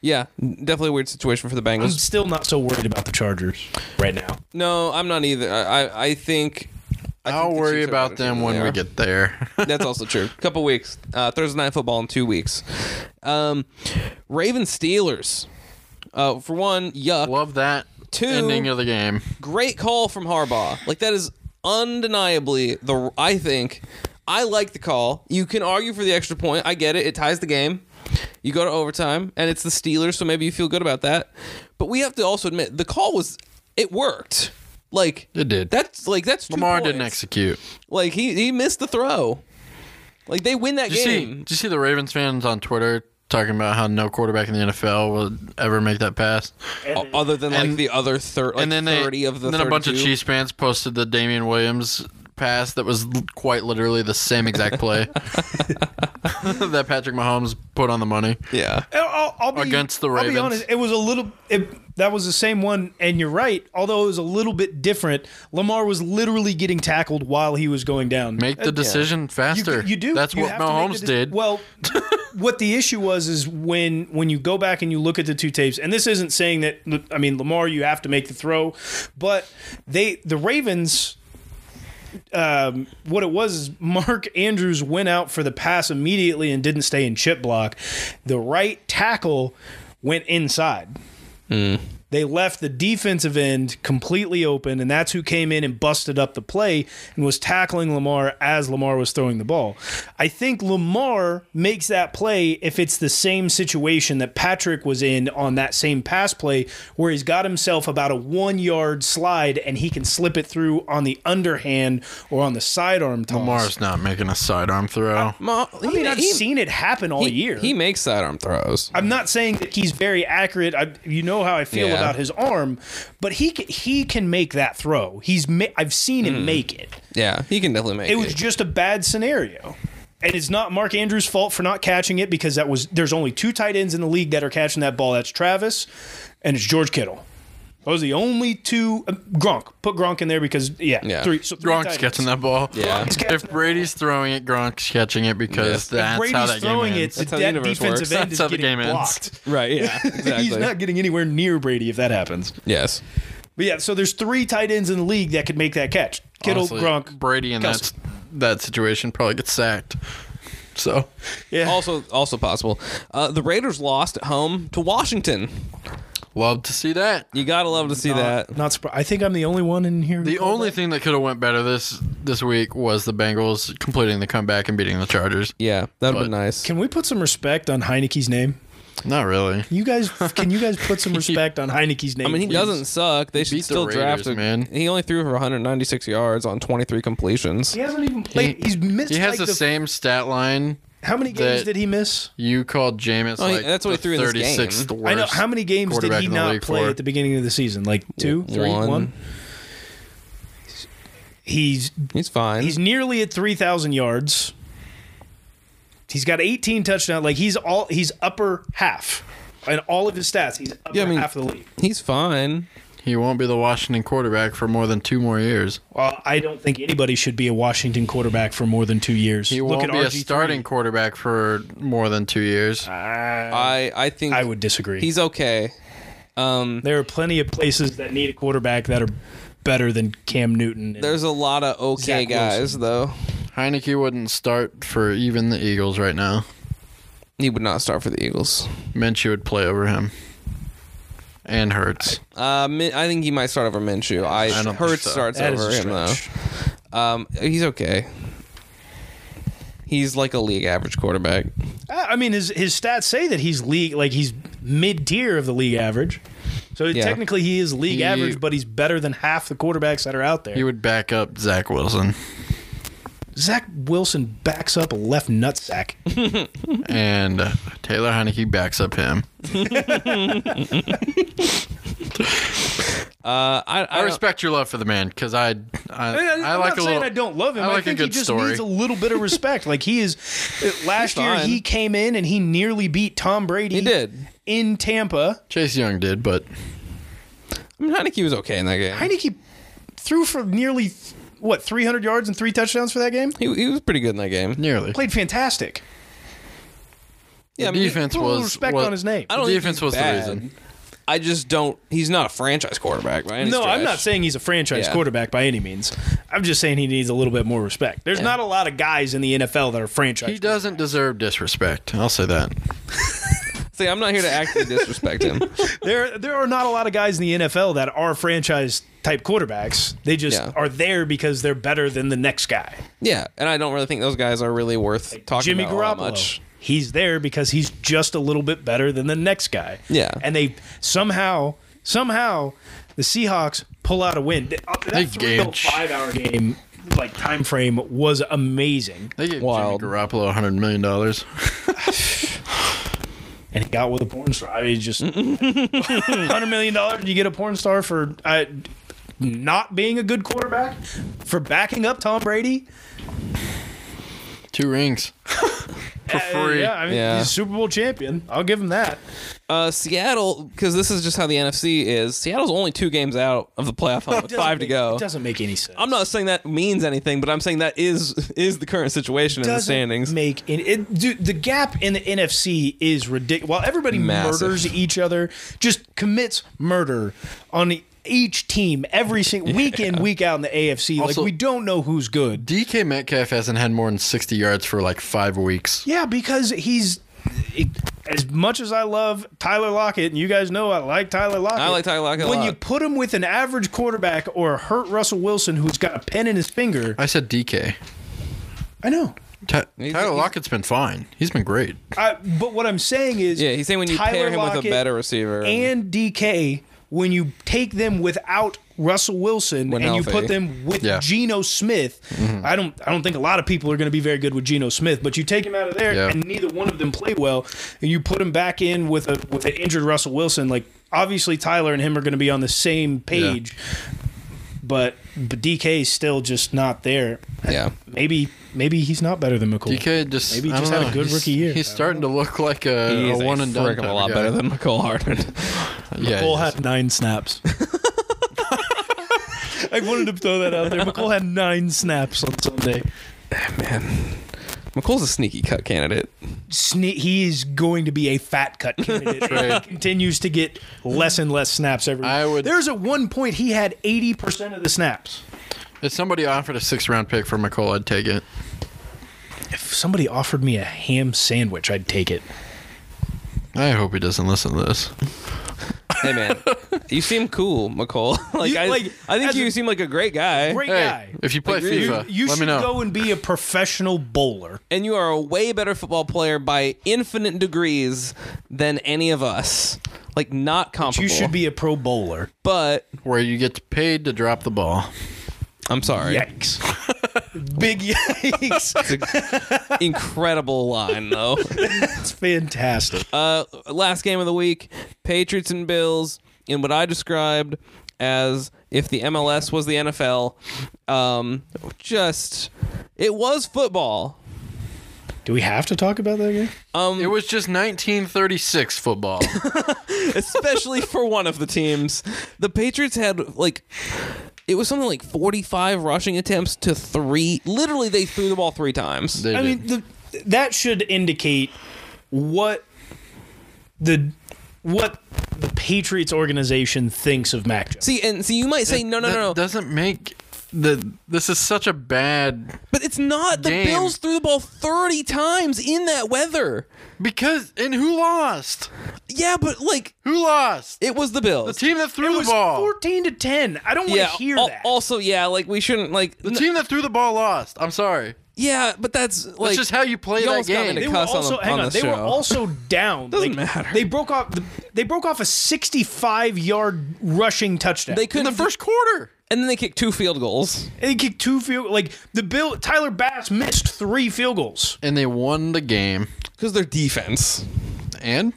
Speaker 3: Yeah, definitely a weird situation for the
Speaker 1: I'm
Speaker 3: Bengals.
Speaker 1: still not so worried about the Chargers right now.
Speaker 3: No, I'm not either. I I, I think. I think
Speaker 4: I'll
Speaker 3: the
Speaker 4: worry
Speaker 3: Chiefs are
Speaker 4: about
Speaker 3: better team
Speaker 4: them
Speaker 3: than
Speaker 4: when
Speaker 3: they
Speaker 4: we
Speaker 3: are.
Speaker 4: get there.
Speaker 3: That's also true. Couple weeks. Uh, Thursday night football in two weeks. Um, Raven Steelers. Uh, for one, yuck.
Speaker 4: Love that
Speaker 3: Two.
Speaker 4: ending of the game.
Speaker 3: Great call from Harbaugh. Like that is undeniably the. I think I like the call. You can argue for the extra point. I get it. It ties the game. You go to overtime, and it's the Steelers, so maybe you feel good about that. But we have to also admit the call was it worked. Like
Speaker 4: It did.
Speaker 3: That's like that's two
Speaker 4: Lamar didn't
Speaker 3: points.
Speaker 4: execute.
Speaker 3: Like he he missed the throw. Like they win that
Speaker 4: Did you, see,
Speaker 3: game.
Speaker 4: did you see the Ravens fans on Twitter talking about how no quarterback in the NFL would ever make that pass?
Speaker 3: O- other than like
Speaker 4: And-
Speaker 3: the other thir- like
Speaker 4: and then they,
Speaker 3: 30 of the
Speaker 4: and then a bunch of
Speaker 3: 32.
Speaker 4: Chiefs fans posted the Damian Williams pass that was l- quite literally the same exact play that Patrick Mahomes put on the money.
Speaker 3: yeah
Speaker 1: I'll, I'll be,
Speaker 4: Against the
Speaker 1: I'll be
Speaker 4: Ravens.
Speaker 1: honest. It was a little. It, that was the same one, and you're right. Although it was a little bit different. Lamar was literally getting tackled while he was going down.
Speaker 4: Make the decision
Speaker 1: you,
Speaker 4: faster.
Speaker 1: you do.
Speaker 4: That's
Speaker 1: You
Speaker 4: what
Speaker 1: have to make
Speaker 4: Mahomes
Speaker 1: the de-
Speaker 4: did.
Speaker 1: Well, what the issue was is when when you go back and you look at the two tapes, and this isn't saying that I mean Lamar, you have to make the throw, but they the Ravens. Um, what it was is Mark Andrews went out for the pass immediately and didn't stay in chip block. The right tackle went inside. They left the defensive end completely open, and that's who came in and busted up the play and was tackling Lamar as Lamar was throwing the ball. I think Lamar makes that play if it's the same situation that Patrick was in on that same pass play, where he's got himself about a one yard slide and he can slip it through on the underhand or on the sidearm toss.
Speaker 4: Lamar's not making a sidearm throw.
Speaker 3: Ma-
Speaker 1: I mean, I've
Speaker 3: he,
Speaker 1: seen it happen all
Speaker 3: he,
Speaker 1: year.
Speaker 3: he makes sidearm throws
Speaker 1: I'm not saying that he's very accurate. I, you know how I feel
Speaker 3: Yeah.
Speaker 1: about his arm, but he can, he can make that throw. He's ma- I've seen him make it.
Speaker 3: Hmm. yeah he can definitely make
Speaker 1: It
Speaker 3: it,
Speaker 1: was just a bad scenario. and it's not Mark Andrews' fault for not catching it because that was there's only two tight ends in the league that are catching that ball. That's Travis, and it's George Kittle. Those are the only two. Uh, Gronk, put Gronk in there because yeah,
Speaker 3: Yeah.
Speaker 1: three. So three tight
Speaker 4: Gronk's
Speaker 1: ends.
Speaker 4: catching that ball.
Speaker 3: Yeah. Gronk's
Speaker 1: catching
Speaker 4: If Brady's throwing it, Gronk's catching it because that's
Speaker 1: Brady's
Speaker 4: how that
Speaker 1: throwing
Speaker 4: game
Speaker 1: it.
Speaker 4: ends.
Speaker 3: That's how the
Speaker 1: that
Speaker 3: universe
Speaker 1: defensive
Speaker 3: works.
Speaker 1: end
Speaker 4: That's
Speaker 1: is
Speaker 4: how the
Speaker 1: getting
Speaker 4: game ends.
Speaker 1: blocked.
Speaker 3: Right. Yeah. Exactly.
Speaker 1: He's not getting anywhere near Brady if that happens.
Speaker 3: yes.
Speaker 1: But yeah, so there's three tight ends in the league that could make that catch. Kittle,
Speaker 4: Honestly,
Speaker 1: Gronk,
Speaker 4: Brady in that,
Speaker 1: Kelsey.
Speaker 4: that situation probably gets sacked. So
Speaker 1: yeah.
Speaker 3: Also, also possible. Uh, the Raiders lost at home to Washington.
Speaker 4: love to see that.
Speaker 3: You gotta love to see that.
Speaker 1: Not surprised. I think I'm the only one in here.
Speaker 4: The only thing that could have went better this this week was the Bengals completing the comeback and beating the Chargers.
Speaker 3: Yeah, that'd be
Speaker 4: But-
Speaker 3: nice.
Speaker 1: Can we put some respect on Heineke's name?
Speaker 4: Not really.
Speaker 1: You guys, can you guys put some respect on Heineke's name?
Speaker 3: I mean, he
Speaker 1: please?
Speaker 3: doesn't suck. They
Speaker 4: beat
Speaker 3: should
Speaker 4: the
Speaker 3: still draft
Speaker 4: Raiders,
Speaker 3: him.
Speaker 4: man.
Speaker 3: He only threw for 196 yards on 23 completions.
Speaker 1: He hasn't even played. he's missed.
Speaker 4: He has
Speaker 1: like
Speaker 4: the, same stat line
Speaker 1: How many games
Speaker 4: that-
Speaker 1: did he miss?
Speaker 4: you called Jameis.
Speaker 3: Oh, he-
Speaker 4: like
Speaker 3: that's what he
Speaker 4: the
Speaker 3: threw in this game.
Speaker 4: 36th worst.
Speaker 1: I know. How many games did
Speaker 4: quarterback
Speaker 1: he
Speaker 4: in the
Speaker 1: not
Speaker 4: league
Speaker 1: play
Speaker 4: for-
Speaker 1: at the beginning of the season? Like two, three, one.
Speaker 3: One.
Speaker 1: He's
Speaker 3: He's fine.
Speaker 1: he's nearly at three thousand yards. He's got eighteen touchdowns. Like he's all he's upper half, in all of his stats. He's upper
Speaker 3: Yeah, I mean-
Speaker 1: half of the league.
Speaker 3: he's fine.
Speaker 4: He won't be the Washington quarterback for more than two more years.
Speaker 1: Well, I don't think anybody should be a Washington quarterback for more than two years.
Speaker 4: He
Speaker 1: Look
Speaker 4: won't
Speaker 1: at
Speaker 4: be a
Speaker 1: RG3.
Speaker 4: starting quarterback for more than two years.
Speaker 1: Ah,
Speaker 3: I I think
Speaker 1: I would disagree.
Speaker 3: he's okay. Um,
Speaker 1: There are plenty of places that need a quarterback that are better than Cam Newton. and-
Speaker 3: There's a lot of okay
Speaker 1: Zach
Speaker 3: guys though.
Speaker 4: Heineke wouldn't start for even the Eagles right now.
Speaker 3: He would not start for the Eagles.
Speaker 4: Minshew would play over him. And Hurts.
Speaker 3: Uh, Min- I think he might start over Minshew. I,
Speaker 4: I don't think
Speaker 3: Hurts
Speaker 4: so.
Speaker 3: starts
Speaker 1: That is
Speaker 3: over
Speaker 1: a
Speaker 3: him though.
Speaker 1: stretch.
Speaker 3: Um, he's okay. He's like a league average quarterback.
Speaker 1: Ah, I I mean, his his stats say that he's league like he's mid tier of the league average. So
Speaker 3: Yeah.
Speaker 1: technically, he is league
Speaker 4: He-
Speaker 1: average, but he's better than half the quarterbacks that are out there.
Speaker 4: He would back up Zach Wilson
Speaker 1: Zach Wilson backs up a left nutsack.
Speaker 4: and uh, Taylor Heineke backs up him.
Speaker 3: Uh, I, I,
Speaker 4: I
Speaker 3: don't-
Speaker 4: respect your love for the man because I, I,
Speaker 1: I, am
Speaker 4: I like
Speaker 1: not
Speaker 4: a
Speaker 1: saying
Speaker 4: little.
Speaker 1: I don't love him. I,
Speaker 4: I like a
Speaker 1: think he
Speaker 4: good
Speaker 1: just
Speaker 4: story.
Speaker 1: needs a little bit of respect. like he is. uh, Last year,
Speaker 3: fine.
Speaker 1: he came in and he nearly beat Tom Brady.
Speaker 3: He did.
Speaker 1: in Tampa.
Speaker 4: Chase Young did, but
Speaker 3: I mean, Heineke was okay in that game.
Speaker 1: Heineke threw for nearly what 300 yards and three touchdowns for that game.
Speaker 3: He, he was pretty good in that game.
Speaker 4: nearly.
Speaker 1: Played fantastic.
Speaker 3: Yeah, I
Speaker 4: the
Speaker 3: mean,
Speaker 4: defense
Speaker 1: put a little
Speaker 4: was
Speaker 1: respect
Speaker 4: what-
Speaker 1: on his name.
Speaker 3: I don't
Speaker 4: the
Speaker 3: think
Speaker 4: defense
Speaker 3: he's
Speaker 4: was
Speaker 3: bad.
Speaker 4: the reason.
Speaker 3: I just don't. He's not a franchise quarterback by any
Speaker 1: No, I'm
Speaker 3: stretch.
Speaker 1: not saying he's a franchise
Speaker 3: Yeah.
Speaker 1: quarterback by any means. I'm just saying he needs a little bit more respect. There's not a lot of guys in the NFL that are franchise.
Speaker 4: He doesn't deserve disrespect. I'll say that.
Speaker 3: See, I'm not here to actively disrespect him.
Speaker 1: there there are not a lot of guys in the NFL that are franchise type quarterbacks. They just
Speaker 3: Yeah.
Speaker 1: are there because they're better than the next guy.
Speaker 3: Yeah, and I don't really think those guys are really worth talking
Speaker 1: Jimmy
Speaker 3: about all that
Speaker 1: Garoppolo.
Speaker 3: much.
Speaker 1: He's there because he's just a little bit better than the next guy.
Speaker 3: Yeah.
Speaker 1: And they somehow, somehow, the Seahawks pull out a win. That, that
Speaker 4: They
Speaker 1: three to
Speaker 4: gave-
Speaker 1: five hour game like time frame was amazing.
Speaker 4: They gave
Speaker 3: Wild.
Speaker 4: Jimmy Garoppolo hundred million dollars.
Speaker 1: And he got with a porn star. I mean just hundred million dollars you get a porn star for uh, not being a good quarterback, for backing up Tom Brady.
Speaker 4: Two rings for
Speaker 1: Uh,
Speaker 4: free.
Speaker 1: yeah, I mean
Speaker 3: Yeah.
Speaker 1: he's a Super Bowl champion. I'll give him that.
Speaker 3: Uh, Seattle, because this is just how the NFC is. Seattle's only two games out of the playoff hunt with
Speaker 1: Doesn't
Speaker 3: five to
Speaker 1: make-
Speaker 3: go.
Speaker 1: It doesn't make any sense.
Speaker 3: I'm not saying that means anything, but I'm saying that is is the current situation in the
Speaker 1: doesn't
Speaker 3: standings.
Speaker 1: Make any- it, dude, the gap in the NFC is ridiculous. While everybody
Speaker 3: Massive.
Speaker 1: murders each other, just commits murder on each team every single week in week out in the AFC.
Speaker 4: Also-
Speaker 1: like we don't know who's good.
Speaker 4: DK Metcalf hasn't had more than sixty yards for like five weeks.
Speaker 1: Yeah, because he's. as much as I love Tyler Lockett, and you guys know I like Tyler Lockett.
Speaker 3: I like Tyler Lockett a
Speaker 1: When
Speaker 3: lot.
Speaker 1: you put him with an average quarterback or a hurt Russell Wilson who's got a pen in his finger,
Speaker 4: I said DK.
Speaker 1: I know.
Speaker 4: Ty- Tyler
Speaker 3: he's-
Speaker 4: Lockett's been fine. He's been great.
Speaker 1: I, but what I'm saying is,
Speaker 3: yeah, he's saying when you
Speaker 1: Tyler
Speaker 3: pair him with a
Speaker 1: Lockett
Speaker 3: better receiver,
Speaker 1: and DK when you take them without Russell Wilson
Speaker 3: When
Speaker 1: and you
Speaker 3: healthy.
Speaker 1: put them with
Speaker 4: Yeah.
Speaker 1: Geno Smith. I don't I don't think a lot of people are going to be very good with Geno Smith, but you take him out of there
Speaker 4: Yeah.
Speaker 1: and neither one of them play well and you put him back in with a with an injured Russell Wilson like obviously Tyler and him are going to be on the same page.
Speaker 2: but but DK's still just not there.
Speaker 3: Yeah.
Speaker 2: Maybe maybe he's not better than McCool.
Speaker 4: DK just
Speaker 2: Maybe he
Speaker 4: I
Speaker 2: just
Speaker 4: don't
Speaker 2: had a
Speaker 4: know.
Speaker 2: good
Speaker 4: He's-
Speaker 2: rookie year. I
Speaker 4: He's
Speaker 2: don't
Speaker 4: starting to look like a,
Speaker 3: He
Speaker 4: a
Speaker 3: is
Speaker 4: Uh, one
Speaker 3: a
Speaker 4: and done.
Speaker 3: frick of
Speaker 4: type
Speaker 3: a
Speaker 4: of
Speaker 3: lot
Speaker 4: guy.
Speaker 3: better than McCall Hardman.
Speaker 4: yeah,
Speaker 2: McCool
Speaker 4: he is.
Speaker 2: had nine snaps. I wanted to throw that out there. McCool had nine snaps on Sunday.
Speaker 3: McCall's a sneaky cut candidate.
Speaker 2: Sne- he is going to be a fat cut candidate.
Speaker 4: Right.
Speaker 2: He continues to get less and less snaps every.
Speaker 4: I would-
Speaker 2: There's at one point he had 80% of the snaps.
Speaker 4: If somebody offered a six round pick for McCall, I'd take it.
Speaker 2: If somebody offered me a ham sandwich, I'd take it.
Speaker 4: I hope he doesn't listen to this.
Speaker 3: Hey man, you seem cool, McCall. like,
Speaker 2: You-
Speaker 3: I,
Speaker 2: like,
Speaker 3: I think
Speaker 2: as
Speaker 3: you
Speaker 2: a-
Speaker 3: seem like a great guy,
Speaker 2: Great
Speaker 4: Hey,
Speaker 2: guy.
Speaker 4: if you play
Speaker 3: Like, you-
Speaker 4: FIFA,
Speaker 2: you
Speaker 4: let
Speaker 2: should
Speaker 4: me know.
Speaker 2: go and be a professional bowler.
Speaker 3: and you are a way better football player by infinite degrees than any of us. Like not comparable.
Speaker 2: You should be a pro bowler.
Speaker 3: but
Speaker 4: where you get paid to drop the ball.
Speaker 3: I'm sorry.
Speaker 2: Yikes. Big yikes.
Speaker 3: Incredible line though.
Speaker 2: It's fantastic.
Speaker 3: Uh, last game of the week Patriots and Bills in what I described as if the MLS was the NFL. Um, just, it was football.
Speaker 2: Do we have to talk about that game?
Speaker 3: Um,
Speaker 4: It was just 1936 football.
Speaker 3: especially for one of the teams. The Patriots had like it was something like 45 rushing attempts to 3. Literally they threw the ball 3 times.
Speaker 4: They
Speaker 2: I
Speaker 4: did.
Speaker 2: mean, the, that should indicate what the what the Patriots organization thinks of Mac Jones.
Speaker 3: see and see you might say no no
Speaker 4: That
Speaker 3: no no.
Speaker 4: doesn't make the. This is such a bad
Speaker 3: But it's not the
Speaker 4: Game.
Speaker 3: Bills threw the ball 30 times in that weather.
Speaker 4: because and who lost?
Speaker 3: Yeah, but like
Speaker 4: Who lost?
Speaker 3: it was the
Speaker 4: the
Speaker 3: Bills.
Speaker 4: team that threw
Speaker 2: It
Speaker 4: the
Speaker 2: was
Speaker 4: ball.
Speaker 2: fourteen to ten. I don't want to
Speaker 3: yeah.
Speaker 2: hear
Speaker 3: al-
Speaker 2: that.
Speaker 3: Also, yeah, like we shouldn't like
Speaker 4: the
Speaker 3: n-
Speaker 4: team that threw the ball lost. I'm sorry.
Speaker 3: yeah, but that's like
Speaker 4: That's just how you play that
Speaker 3: y'all's got me
Speaker 4: game.
Speaker 2: they were
Speaker 3: cuss on
Speaker 2: also
Speaker 3: the-
Speaker 2: hang
Speaker 3: on
Speaker 2: on.
Speaker 3: the
Speaker 2: they were
Speaker 3: show.
Speaker 2: also down.
Speaker 3: Doesn't
Speaker 2: Like,
Speaker 3: matter.
Speaker 2: They broke off. They broke off a sixty-five yard rushing touchdown.
Speaker 3: they
Speaker 2: They,
Speaker 4: in
Speaker 3: couldn't
Speaker 4: the first quarter.
Speaker 3: and then they kicked two field goals.
Speaker 2: kicked two field. Like the Bill Tyler Bass missed three field goals.
Speaker 4: And they won the game.
Speaker 3: Because their defense.
Speaker 4: And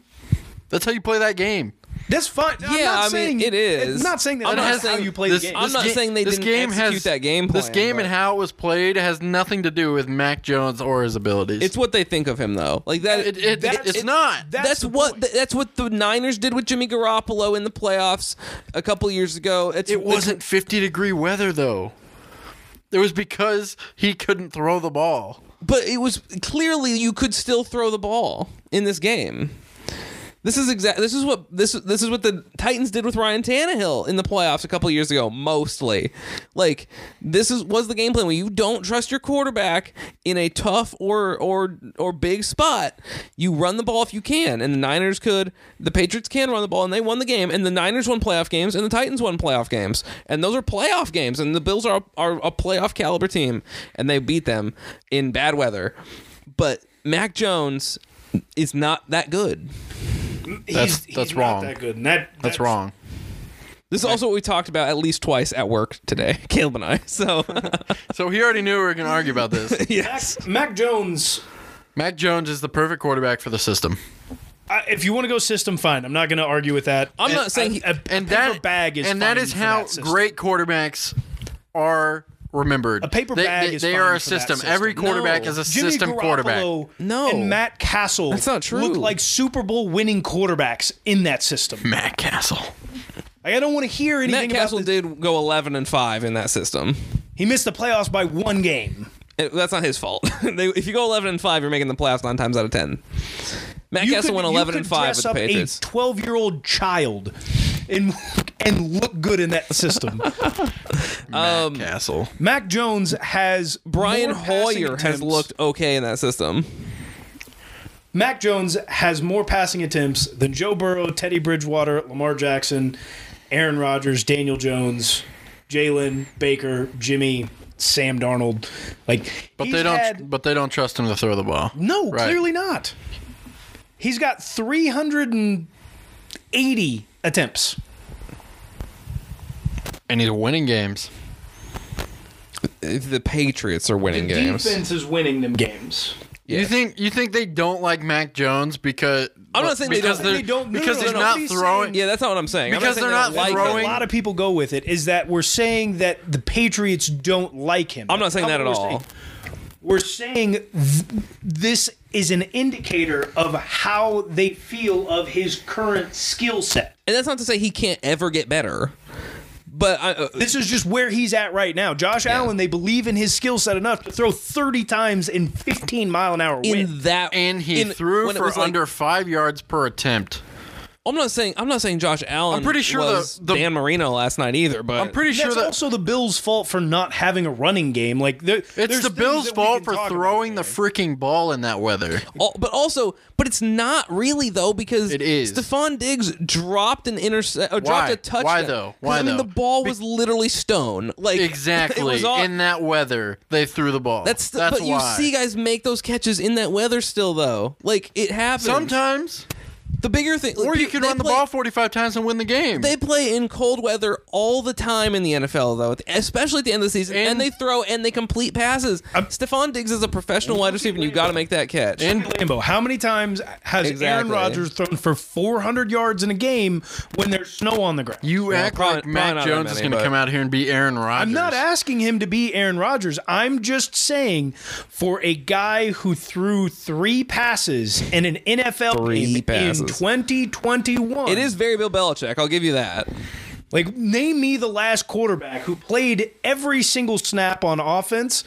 Speaker 4: that's how you play that game.
Speaker 2: That's fine. I'm
Speaker 3: Yeah,
Speaker 2: not
Speaker 3: I mean,
Speaker 2: saying,
Speaker 3: it is.
Speaker 2: I'm not saying that.
Speaker 3: I'm
Speaker 2: I'm
Speaker 3: not
Speaker 2: not how
Speaker 3: saying
Speaker 2: you play
Speaker 4: this-
Speaker 2: the game.
Speaker 3: I'm not
Speaker 4: ga-
Speaker 3: saying they
Speaker 4: this
Speaker 3: didn't
Speaker 4: game
Speaker 3: execute
Speaker 4: has,
Speaker 3: that game
Speaker 4: This
Speaker 3: plan,
Speaker 4: game
Speaker 3: but-
Speaker 4: and how it was played has nothing to do with Mac Jones or his abilities.
Speaker 3: It's what they think of him though. Like that
Speaker 4: it, it,
Speaker 2: that's-
Speaker 4: it's
Speaker 2: it-
Speaker 4: not.
Speaker 2: that's
Speaker 3: That's,
Speaker 2: the
Speaker 3: what
Speaker 2: point.
Speaker 3: th- that's what the Niners did with Jimmy Garoppolo in the playoffs a couple years ago. It's,
Speaker 4: It wasn't 50 degree weather though. It was because he couldn't throw the ball.
Speaker 3: but it was clearly you could still throw the ball in this game. This is exact. This is what this this is what the Titans did with Ryan Tannehill in the playoffs a couple years ago. Mostly, like this is was the game plan where you don't trust your quarterback in a tough or or or big spot. You run the ball if you can, and the Niners could. The Patriots can run the ball, and they won the game. And the Niners won playoff games, and the Titans won playoff games, and those are playoff games. And the Bills are are a playoff caliber team, and they beat them in bad weather. But Mac Jones is not that good.
Speaker 4: That's- that's wrong.
Speaker 2: Not that good. And that,
Speaker 4: That's, wrong.
Speaker 3: This is also what we talked about at least twice at work today, Caleb and I. So,
Speaker 4: So he already knew we were going to argue about this.
Speaker 2: Mac, Mac Jones.
Speaker 4: Mac Jones is the perfect quarterback for the system.
Speaker 2: I, if you want to go system, fine. I'm not going to argue with that.
Speaker 3: I'm not saying he-
Speaker 4: And
Speaker 2: paper
Speaker 4: that
Speaker 2: bag is
Speaker 4: and that
Speaker 2: fine
Speaker 4: is
Speaker 2: for
Speaker 4: how
Speaker 2: that system.
Speaker 4: great quarterbacks are remembered. A
Speaker 2: paper
Speaker 4: they,
Speaker 2: bag
Speaker 4: they,
Speaker 2: is
Speaker 4: they
Speaker 2: fine
Speaker 4: are a
Speaker 2: for that
Speaker 4: system.
Speaker 2: system.
Speaker 4: Every quarterback
Speaker 3: No.
Speaker 4: is a
Speaker 2: Jimmy
Speaker 4: system
Speaker 2: Garoppolo
Speaker 4: quarterback.
Speaker 3: No.
Speaker 2: and Matt Castle.
Speaker 3: That's not true.
Speaker 2: Look like Super Bowl winning quarterbacks in that system.
Speaker 4: Matt Castle.
Speaker 2: Like, I don't want to hear anything
Speaker 3: Matt Castle
Speaker 2: about this.
Speaker 3: did go 11 and 5 in that system.
Speaker 2: He missed the playoffs by one game.
Speaker 3: It- that's not his fault. they, if you go 11 and 5, you're making the playoffs 9 times out of 10. Matt
Speaker 2: You
Speaker 3: Castle
Speaker 2: could-
Speaker 3: went
Speaker 2: you
Speaker 3: 11
Speaker 2: could
Speaker 3: and 5
Speaker 2: dress
Speaker 3: with the
Speaker 2: up
Speaker 3: Patriots.
Speaker 2: a 12 year old child and and look good in that system. Um,
Speaker 4: Matt Castle.
Speaker 2: Mac Jones has
Speaker 3: Brian
Speaker 2: more passing
Speaker 3: Hoyer has
Speaker 2: attempts-
Speaker 3: looked okay in that system.
Speaker 2: Mac Jones has more passing attempts than Joe Burrow, Teddy Bridgewater, Lamar Jackson, Aaron Rodgers, Daniel Jones, Jalen Baker, Jimmy, Sam Darnold. Like,
Speaker 4: But
Speaker 2: he's
Speaker 4: they don't.
Speaker 2: had-
Speaker 4: but they don't trust him to throw the ball.
Speaker 2: no,
Speaker 4: Right.
Speaker 2: clearly not. He's got 380 attempts.
Speaker 4: and he's winning games.
Speaker 3: If the Patriots are winning games.
Speaker 2: Defense is winning them games.
Speaker 3: Yeah.
Speaker 4: You think you think they don't like Mac Jones because
Speaker 3: I'm not saying they
Speaker 4: because
Speaker 3: don't.
Speaker 4: they're-
Speaker 2: they don't- no,
Speaker 4: because
Speaker 2: no,
Speaker 4: he's
Speaker 2: no,
Speaker 4: not
Speaker 2: he's
Speaker 4: throwing.
Speaker 2: saying-
Speaker 3: yeah, that's not what I'm saying. I'm
Speaker 4: Because
Speaker 3: saying
Speaker 4: they're
Speaker 3: they
Speaker 4: not
Speaker 3: don't like
Speaker 4: throwing-
Speaker 2: a
Speaker 3: him.
Speaker 2: lot of people go with it is that we're saying that the Patriots don't like him.
Speaker 3: I'm not saying
Speaker 2: That's
Speaker 3: that at
Speaker 2: what we're
Speaker 3: all.
Speaker 2: saying. We're saying th- this is an indicator of how they feel of his current skill set.
Speaker 3: And that's not to say he can't ever get better. But I, uh,
Speaker 2: This is just where he's at right now. Josh Allen, they believe in his skill set enough to throw 30 times in 15 mile an hour wind.
Speaker 3: in that
Speaker 4: And he
Speaker 3: in-
Speaker 4: threw
Speaker 3: when it
Speaker 4: for
Speaker 3: was like-
Speaker 4: under five yards per attempt.
Speaker 3: I'm not saying I'm not saying Josh Allen.
Speaker 4: I'm pretty sure the-
Speaker 3: was
Speaker 4: the-
Speaker 3: Dan Marino last night either. But
Speaker 4: I'm pretty sure
Speaker 2: That's
Speaker 4: that
Speaker 2: also the Bills' fault for not having a running game. Like there,
Speaker 4: it's the Bills' fault for throwing the freaking ball in that weather.
Speaker 3: Al- but also, but it's not really though because
Speaker 4: It is.
Speaker 3: Stephon Diggs dropped an intercept, uh, dropped
Speaker 4: Why?
Speaker 3: a touchdown.
Speaker 4: Why, though?
Speaker 3: 'Cause,
Speaker 4: Why,
Speaker 3: I mean,
Speaker 4: though?
Speaker 3: the ball was literally stone. Like
Speaker 4: Exactly.
Speaker 3: It was all,
Speaker 4: in that weather, they threw the ball.
Speaker 3: that's the,
Speaker 4: that's
Speaker 3: but
Speaker 4: why.
Speaker 3: you see guys make those catches in that weather still though. Like it happens
Speaker 4: sometimes,
Speaker 3: The bigger thing,
Speaker 4: or
Speaker 3: like,
Speaker 4: you can
Speaker 3: they
Speaker 4: run the
Speaker 3: play-
Speaker 4: ball 45 times and win the game.
Speaker 3: They play in cold weather all the time in the NFL, though, especially at the end of the season. And,
Speaker 4: And-
Speaker 3: they throw and they complete passes. Stephon Diggs is a professional wide receiver, and you got to make that catch.
Speaker 4: And-
Speaker 2: Lambo. How many times has Aaron
Speaker 3: Exactly.
Speaker 2: Rodgers thrown for 400 yards in a game when there's snow on the ground?
Speaker 4: you act
Speaker 3: probably-
Speaker 4: like
Speaker 3: probably
Speaker 4: Mac
Speaker 3: not that
Speaker 4: Jones is
Speaker 3: many,
Speaker 4: going to
Speaker 3: but-
Speaker 4: come out here and be Aaron Rodgers.
Speaker 2: I'm not asking him to be Aaron Rodgers. I'm just saying for a guy who threw three passes in an NFL
Speaker 3: Three
Speaker 2: game
Speaker 3: passes.
Speaker 2: in 2021.
Speaker 3: it is very Bill Belichick. I'll give you that.
Speaker 2: Like, name me the last quarterback who played every single snap on offense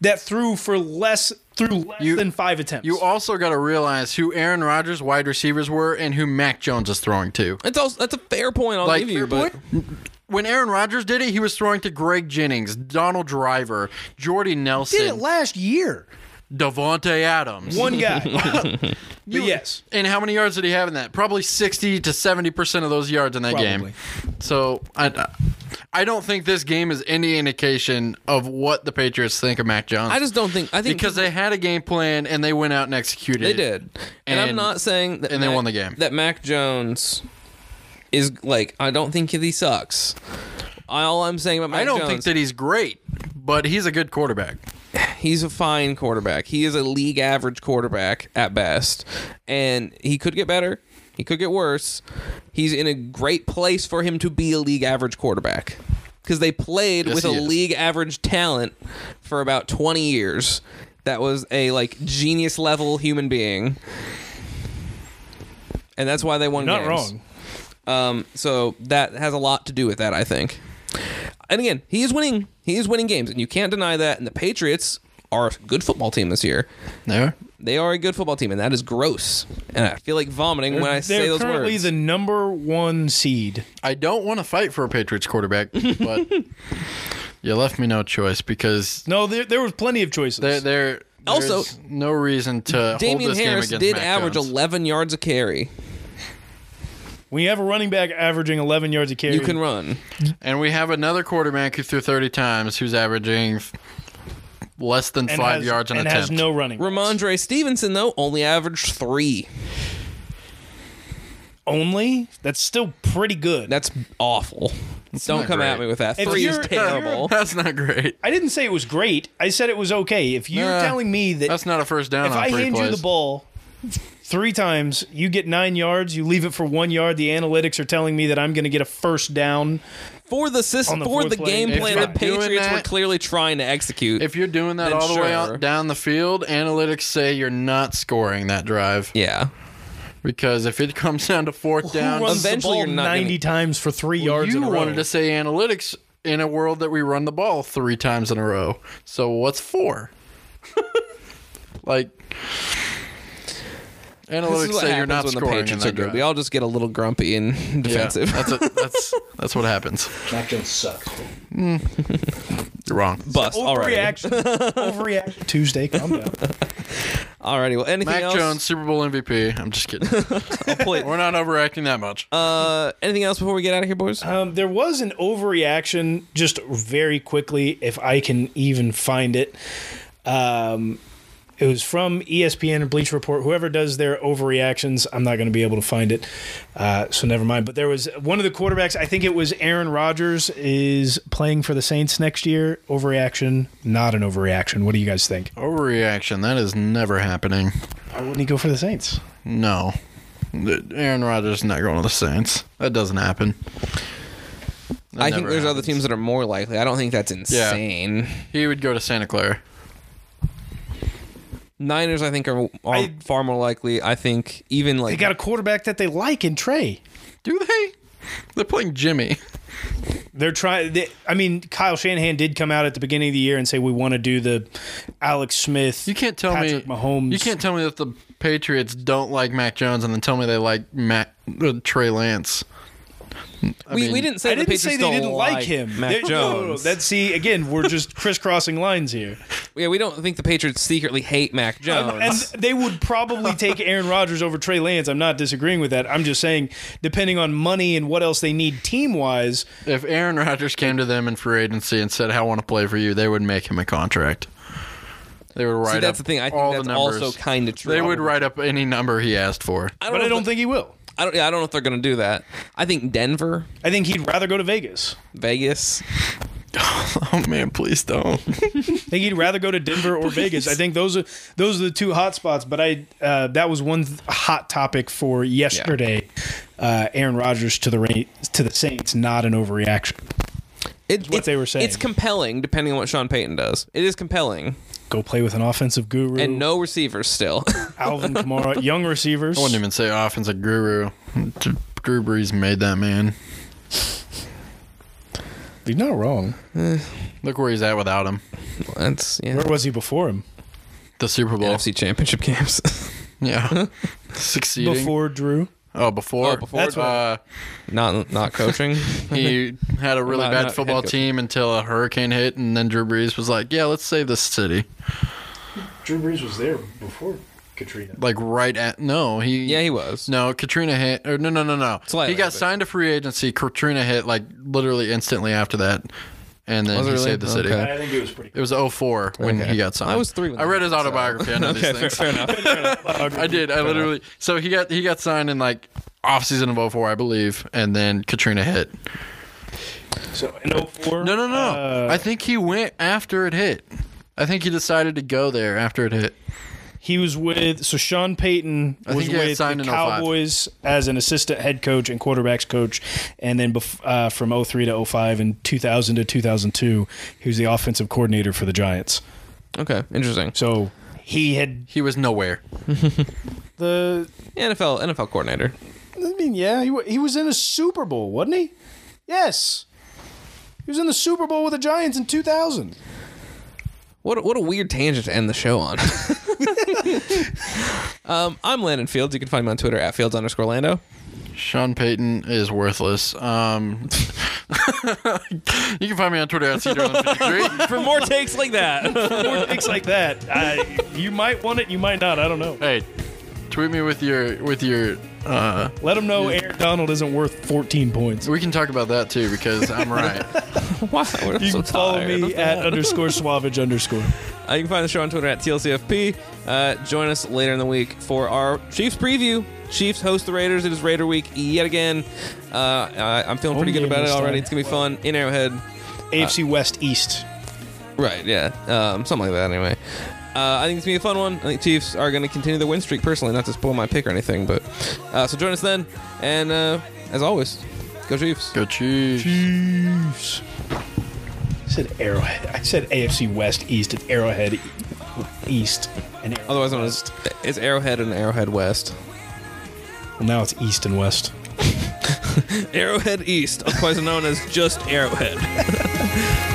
Speaker 2: that threw for less through less than five attempts.
Speaker 4: You also got to realize who Aaron Rodgers' wide receivers were and who Mac Jones is throwing to.
Speaker 3: It's also, that's a fair point. I'll
Speaker 4: Like,
Speaker 3: give you,
Speaker 4: fair
Speaker 3: but
Speaker 4: When Aaron Rodgers did it, he was throwing to Greg Jennings, Donald Driver, Jordy
Speaker 2: did it
Speaker 4: Nelson,
Speaker 2: last year.
Speaker 4: Devontae Adams.
Speaker 2: One guy. But yes.
Speaker 4: And how many yards did he have in that? Probably 60 to 70% of those yards in that game. So I, I don't think this game is any indication of what the Patriots think of Mac Jones.
Speaker 3: I just don't think. I think
Speaker 4: because they had a game plan and they went out and executed.
Speaker 3: they
Speaker 4: it.
Speaker 3: did, and, I'm
Speaker 4: And-
Speaker 3: not saying that.
Speaker 4: and they
Speaker 3: Mac-
Speaker 4: won the game.
Speaker 3: That Mac Jones is like. I don't think he sucks. All I'm saying about Mac
Speaker 4: I don't
Speaker 3: Jones,
Speaker 4: think that he's great, but he's a good quarterback.
Speaker 3: he's a fine quarterback. He is a league average quarterback at best. And he could get better. He could get worse. He's in a great place for him to be a league average quarterback. Because they played
Speaker 4: Yes,
Speaker 3: with a
Speaker 4: he is.
Speaker 3: league average talent for about 20 years. That was a like genius level human being. And that's why they won
Speaker 2: Not
Speaker 3: games.
Speaker 2: wrong.
Speaker 3: Um, so that has a lot to do with that, I think. And again, he is winning. He is winning games, and you can't deny that. And the Patriots are a good football team this year.
Speaker 4: There.
Speaker 3: They are a good football team, and that is gross. And I feel like vomiting when I say
Speaker 2: They're
Speaker 3: those
Speaker 2: currently
Speaker 3: words.
Speaker 2: the number one seed.
Speaker 4: I don't want to fight for a Patriots quarterback, but you left me no choice because
Speaker 2: No, there, there was plenty of choices.
Speaker 4: there, there
Speaker 3: Also-
Speaker 4: there's no reason to hold
Speaker 3: Damian
Speaker 4: this
Speaker 3: Harris
Speaker 4: game against
Speaker 3: did
Speaker 4: Mac
Speaker 3: average
Speaker 4: Jones.
Speaker 3: 11 yards a carry.
Speaker 2: when you have a running back averaging 11 yards a carry,
Speaker 3: You can run.
Speaker 4: and we have another quarterback who threw 30 times who's averaging f- less than
Speaker 2: and
Speaker 4: five
Speaker 2: has-
Speaker 4: yards an
Speaker 2: and
Speaker 4: attempt.
Speaker 2: has no running.
Speaker 3: Ramondre Stevenson though only averaged three.
Speaker 2: Only that's still pretty good.
Speaker 3: That's awful. Don't
Speaker 4: not
Speaker 3: come at
Speaker 4: great.
Speaker 3: me with that.
Speaker 2: If
Speaker 3: Three is
Speaker 2: you're- if you're-
Speaker 3: terrible.
Speaker 4: That's not great.
Speaker 2: I didn't say it was great. I said it was okay. If you're
Speaker 4: Nah,
Speaker 2: telling me that
Speaker 4: That's not a first down
Speaker 2: if
Speaker 4: on
Speaker 2: I
Speaker 4: three
Speaker 2: hand
Speaker 4: plays.
Speaker 2: you the ball three times, you get nine yards. You leave it for one yard. The analytics are telling me that I'm going to get a first down.
Speaker 3: For the system,
Speaker 2: On the
Speaker 3: for
Speaker 2: fourth
Speaker 3: the
Speaker 2: play.
Speaker 3: game
Speaker 2: If
Speaker 3: plan,
Speaker 4: you're
Speaker 3: the
Speaker 4: doing
Speaker 3: Patriots were
Speaker 4: that-
Speaker 3: clearly trying to execute.
Speaker 4: If you're doing that
Speaker 3: Then
Speaker 4: all the way
Speaker 3: sure.
Speaker 4: out down the field, analytics say you're not scoring that drive
Speaker 3: yeah.
Speaker 4: because if it comes down to fourth down,
Speaker 2: Who runs
Speaker 3: Eventually
Speaker 2: the
Speaker 3: you're
Speaker 2: ball
Speaker 3: not
Speaker 2: 90
Speaker 3: gonna-
Speaker 2: times for three yards
Speaker 4: you
Speaker 2: in a row?
Speaker 4: wanted to say analytics in a world that we run the ball three times in a row. So what's four? like
Speaker 3: This
Speaker 4: analytics
Speaker 3: is what
Speaker 4: say you're not
Speaker 3: happens when the
Speaker 4: scoring in
Speaker 3: Patriots are
Speaker 4: that
Speaker 3: good.
Speaker 4: drive.
Speaker 3: We all just get a little grumpy and
Speaker 4: Yeah,
Speaker 3: defensive.
Speaker 4: that's a, that's that's what happens.
Speaker 5: Mac Jones sucks.
Speaker 4: You're wrong.
Speaker 3: Bust. All right.
Speaker 2: Overreaction. Overreaction. Tuesday. Calm down.
Speaker 3: All righty. Well, anything
Speaker 4: Mac
Speaker 3: else?
Speaker 4: Jones, Super Bowl MVP. I'm just kidding.
Speaker 3: Please.
Speaker 4: We're not overacting that much.
Speaker 3: Uh, anything else before we get out of here, boys?
Speaker 2: Um, there was an overreaction, just very quickly, if I can even find it. Um, it was from E ESPN and Bleach Report. Whoever does their overreactions, I'm not going to be able to find it, uh, so never mind. But there was one of the quarterbacks. I think it was Aaron Rodgers is playing for the Saints next year. Overreaction, not an overreaction. What do you guys think?
Speaker 4: Overreaction. That is never happening.
Speaker 2: Why wouldn't he go for the Saints?
Speaker 4: No. Aaron Rodgers is not going to the Saints. That doesn't happen. That
Speaker 3: I think
Speaker 4: never
Speaker 3: there's other
Speaker 4: happens.
Speaker 3: teams that are more likely. I don't think that's insane.
Speaker 4: He would go to Santa Clara.
Speaker 3: Niners, I think, are, are
Speaker 2: I-
Speaker 3: far more likely. I think even
Speaker 2: They
Speaker 3: like
Speaker 2: got a quarterback that they like in Trey.
Speaker 4: Do they? They're playing Jimmy.
Speaker 2: They're trying. They, I mean, Kyle Shanahan did come out at the beginning of the year and say we want to do the Alex Smith.
Speaker 4: You can't tell
Speaker 2: Patrick
Speaker 4: me
Speaker 2: Mahomes.
Speaker 4: You can't tell me that the Patriots don't like Mac Jones, and then tell me they like Mac uh, Trey Lance. I
Speaker 3: we,
Speaker 4: mean,
Speaker 3: we didn't say
Speaker 2: I
Speaker 3: the
Speaker 2: didn't
Speaker 3: Patriots
Speaker 2: say they
Speaker 3: don't
Speaker 2: didn't like him.
Speaker 3: Mac
Speaker 2: They-
Speaker 3: Jones.
Speaker 2: no, no, no, That's see again. We're just crisscrossing lines here,
Speaker 3: yeah, we don't think the Patriots secretly hate Mac Jones.
Speaker 2: and they would probably take Aaron Rodgers over Trey Lance. I'm not disagreeing with that. I'm just saying, depending on money and what else they need team wise,
Speaker 4: If Aaron Rodgers came to them in free agency and said, "I want to play for you," they would make him a contract. They would write
Speaker 3: See, that's
Speaker 4: up
Speaker 3: the thing. I
Speaker 4: all
Speaker 3: think that's
Speaker 4: the numbers.
Speaker 3: also kind of true.
Speaker 4: they would write up any number he asked for.
Speaker 3: I don't
Speaker 2: but
Speaker 3: know
Speaker 2: I
Speaker 3: if
Speaker 2: don't
Speaker 3: the-
Speaker 2: think he will.
Speaker 3: I don't. Yeah, I don't know if they're going to do that. I think Denver,
Speaker 2: I think he'd rather go to Vegas.
Speaker 3: Vegas.
Speaker 4: Oh man, please don't.
Speaker 2: I think he'd rather go to Denver or Vegas. I think those are those are the two hot spots. But I uh, that was one th- hot topic for yesterday. Uh, Aaron Rodgers to the Ra- to the Saints, not an overreaction.
Speaker 3: It,
Speaker 2: what they were saying.
Speaker 3: It's compelling, depending on what Sean Payton does. It is compelling,
Speaker 2: Go play with an offensive guru
Speaker 3: and no receivers still.
Speaker 2: Alvin Kamara, young receivers.
Speaker 4: I wouldn't even say offensive guru. Drew Brees made that man.
Speaker 2: You're not wrong.
Speaker 4: Look where he's at without him.
Speaker 3: that's yeah.
Speaker 2: Where was he before him?
Speaker 4: The Super Bowl.
Speaker 3: NFC Championship games.
Speaker 4: Yeah. Succeeding.
Speaker 2: Before Drew.
Speaker 4: Oh, before.
Speaker 3: Oh, before.
Speaker 2: That's
Speaker 4: uh,
Speaker 3: not not coaching.
Speaker 4: he had a really
Speaker 3: Not-
Speaker 4: bad
Speaker 3: not
Speaker 4: football
Speaker 3: head coach.
Speaker 4: team until a hurricane hit, and then Drew Brees was like, "Yeah, let's save this city."
Speaker 2: Drew Brees was there before Katrina.
Speaker 4: Like right at no, he
Speaker 3: yeah, he was.
Speaker 4: no Katrina hit or no no no no
Speaker 3: Slightly,
Speaker 4: he got
Speaker 3: but-
Speaker 4: signed to free agency. Katrina hit like literally instantly after that, and then
Speaker 3: Was it
Speaker 4: he
Speaker 3: really?
Speaker 4: saved the city.
Speaker 3: Okay.
Speaker 2: I think it was pretty.
Speaker 4: It was 04 when
Speaker 3: Okay.
Speaker 4: he got signed.
Speaker 3: I was three when
Speaker 4: I
Speaker 3: that
Speaker 4: read his
Speaker 3: happened, so-
Speaker 4: autobiography. I know
Speaker 3: Okay,
Speaker 4: these
Speaker 3: fair,
Speaker 4: things.
Speaker 3: fair enough.
Speaker 4: I did. I literally. So he got he got signed in like off season of 04, I believe, and then Katrina hit.
Speaker 2: So in 04,
Speaker 4: No, no, no.
Speaker 2: uh,
Speaker 4: I think he went after it hit. I think he decided to go there after it hit.
Speaker 2: He was with so Sean Payton
Speaker 4: I
Speaker 2: was
Speaker 4: think he got
Speaker 2: with
Speaker 4: signed
Speaker 2: the
Speaker 4: in 05.
Speaker 2: Cowboys as an assistant head coach and quarterbacks coach, and then bef- uh, from 03 to 05 and 2000 to 2002, he was the offensive coordinator for the Giants.
Speaker 3: Okay, interesting.
Speaker 2: So he had
Speaker 4: He was nowhere.
Speaker 2: the.
Speaker 3: NFL NFL coordinator.
Speaker 2: I mean, yeah, he, wa- he was in a Super Bowl, wasn't he? Yes, he was in the Super Bowl with the Giants in 2000.
Speaker 3: What a, what a weird tangent to end the show on. um, I'm Landon Fields. You can find me on Twitter at Fields underscore Lando.
Speaker 4: Sean Payton is worthless. Um, you can find me on Twitter at Cedar53.
Speaker 3: For more takes like that.
Speaker 2: More picks like that, uh, you might want it, you might not. I don't know.
Speaker 4: hey, tweet me with your with your. Uh,
Speaker 2: Let him know Aaron Donald isn't worth 14 points.
Speaker 4: we can talk about that too because I'm right.
Speaker 3: wow, we're
Speaker 2: You
Speaker 3: so
Speaker 2: can follow
Speaker 3: tired.
Speaker 2: me at underscore suavage underscore.
Speaker 3: Uh, you can find the show on Twitter at TLCFP. Uh, join us later in the week for our Chiefs preview. Chiefs host the Raiders. It is Raider week yet again. Uh, I, I'm feeling pretty
Speaker 2: Home
Speaker 3: good
Speaker 2: game
Speaker 3: about it
Speaker 2: this
Speaker 3: already.
Speaker 2: time.
Speaker 3: It's going to be fun in Arrowhead.
Speaker 2: AFC West East.
Speaker 3: Right, yeah. Um, something like that, anyway. Uh, I think it's going to be a fun one. I think Chiefs are going to continue the win streak, personally, not to spoil my pick or anything. But uh, So join us then. And uh, as always, go Chiefs.
Speaker 4: Go Chiefs.
Speaker 2: Chiefs. I said Arrowhead. I said AFC West East and Arrowhead East. And Arrowhead.
Speaker 3: Otherwise, known as, it's Arrowhead and Arrowhead West.
Speaker 2: Well, now it's East and West.
Speaker 3: Arrowhead East, otherwise known as just Arrowhead.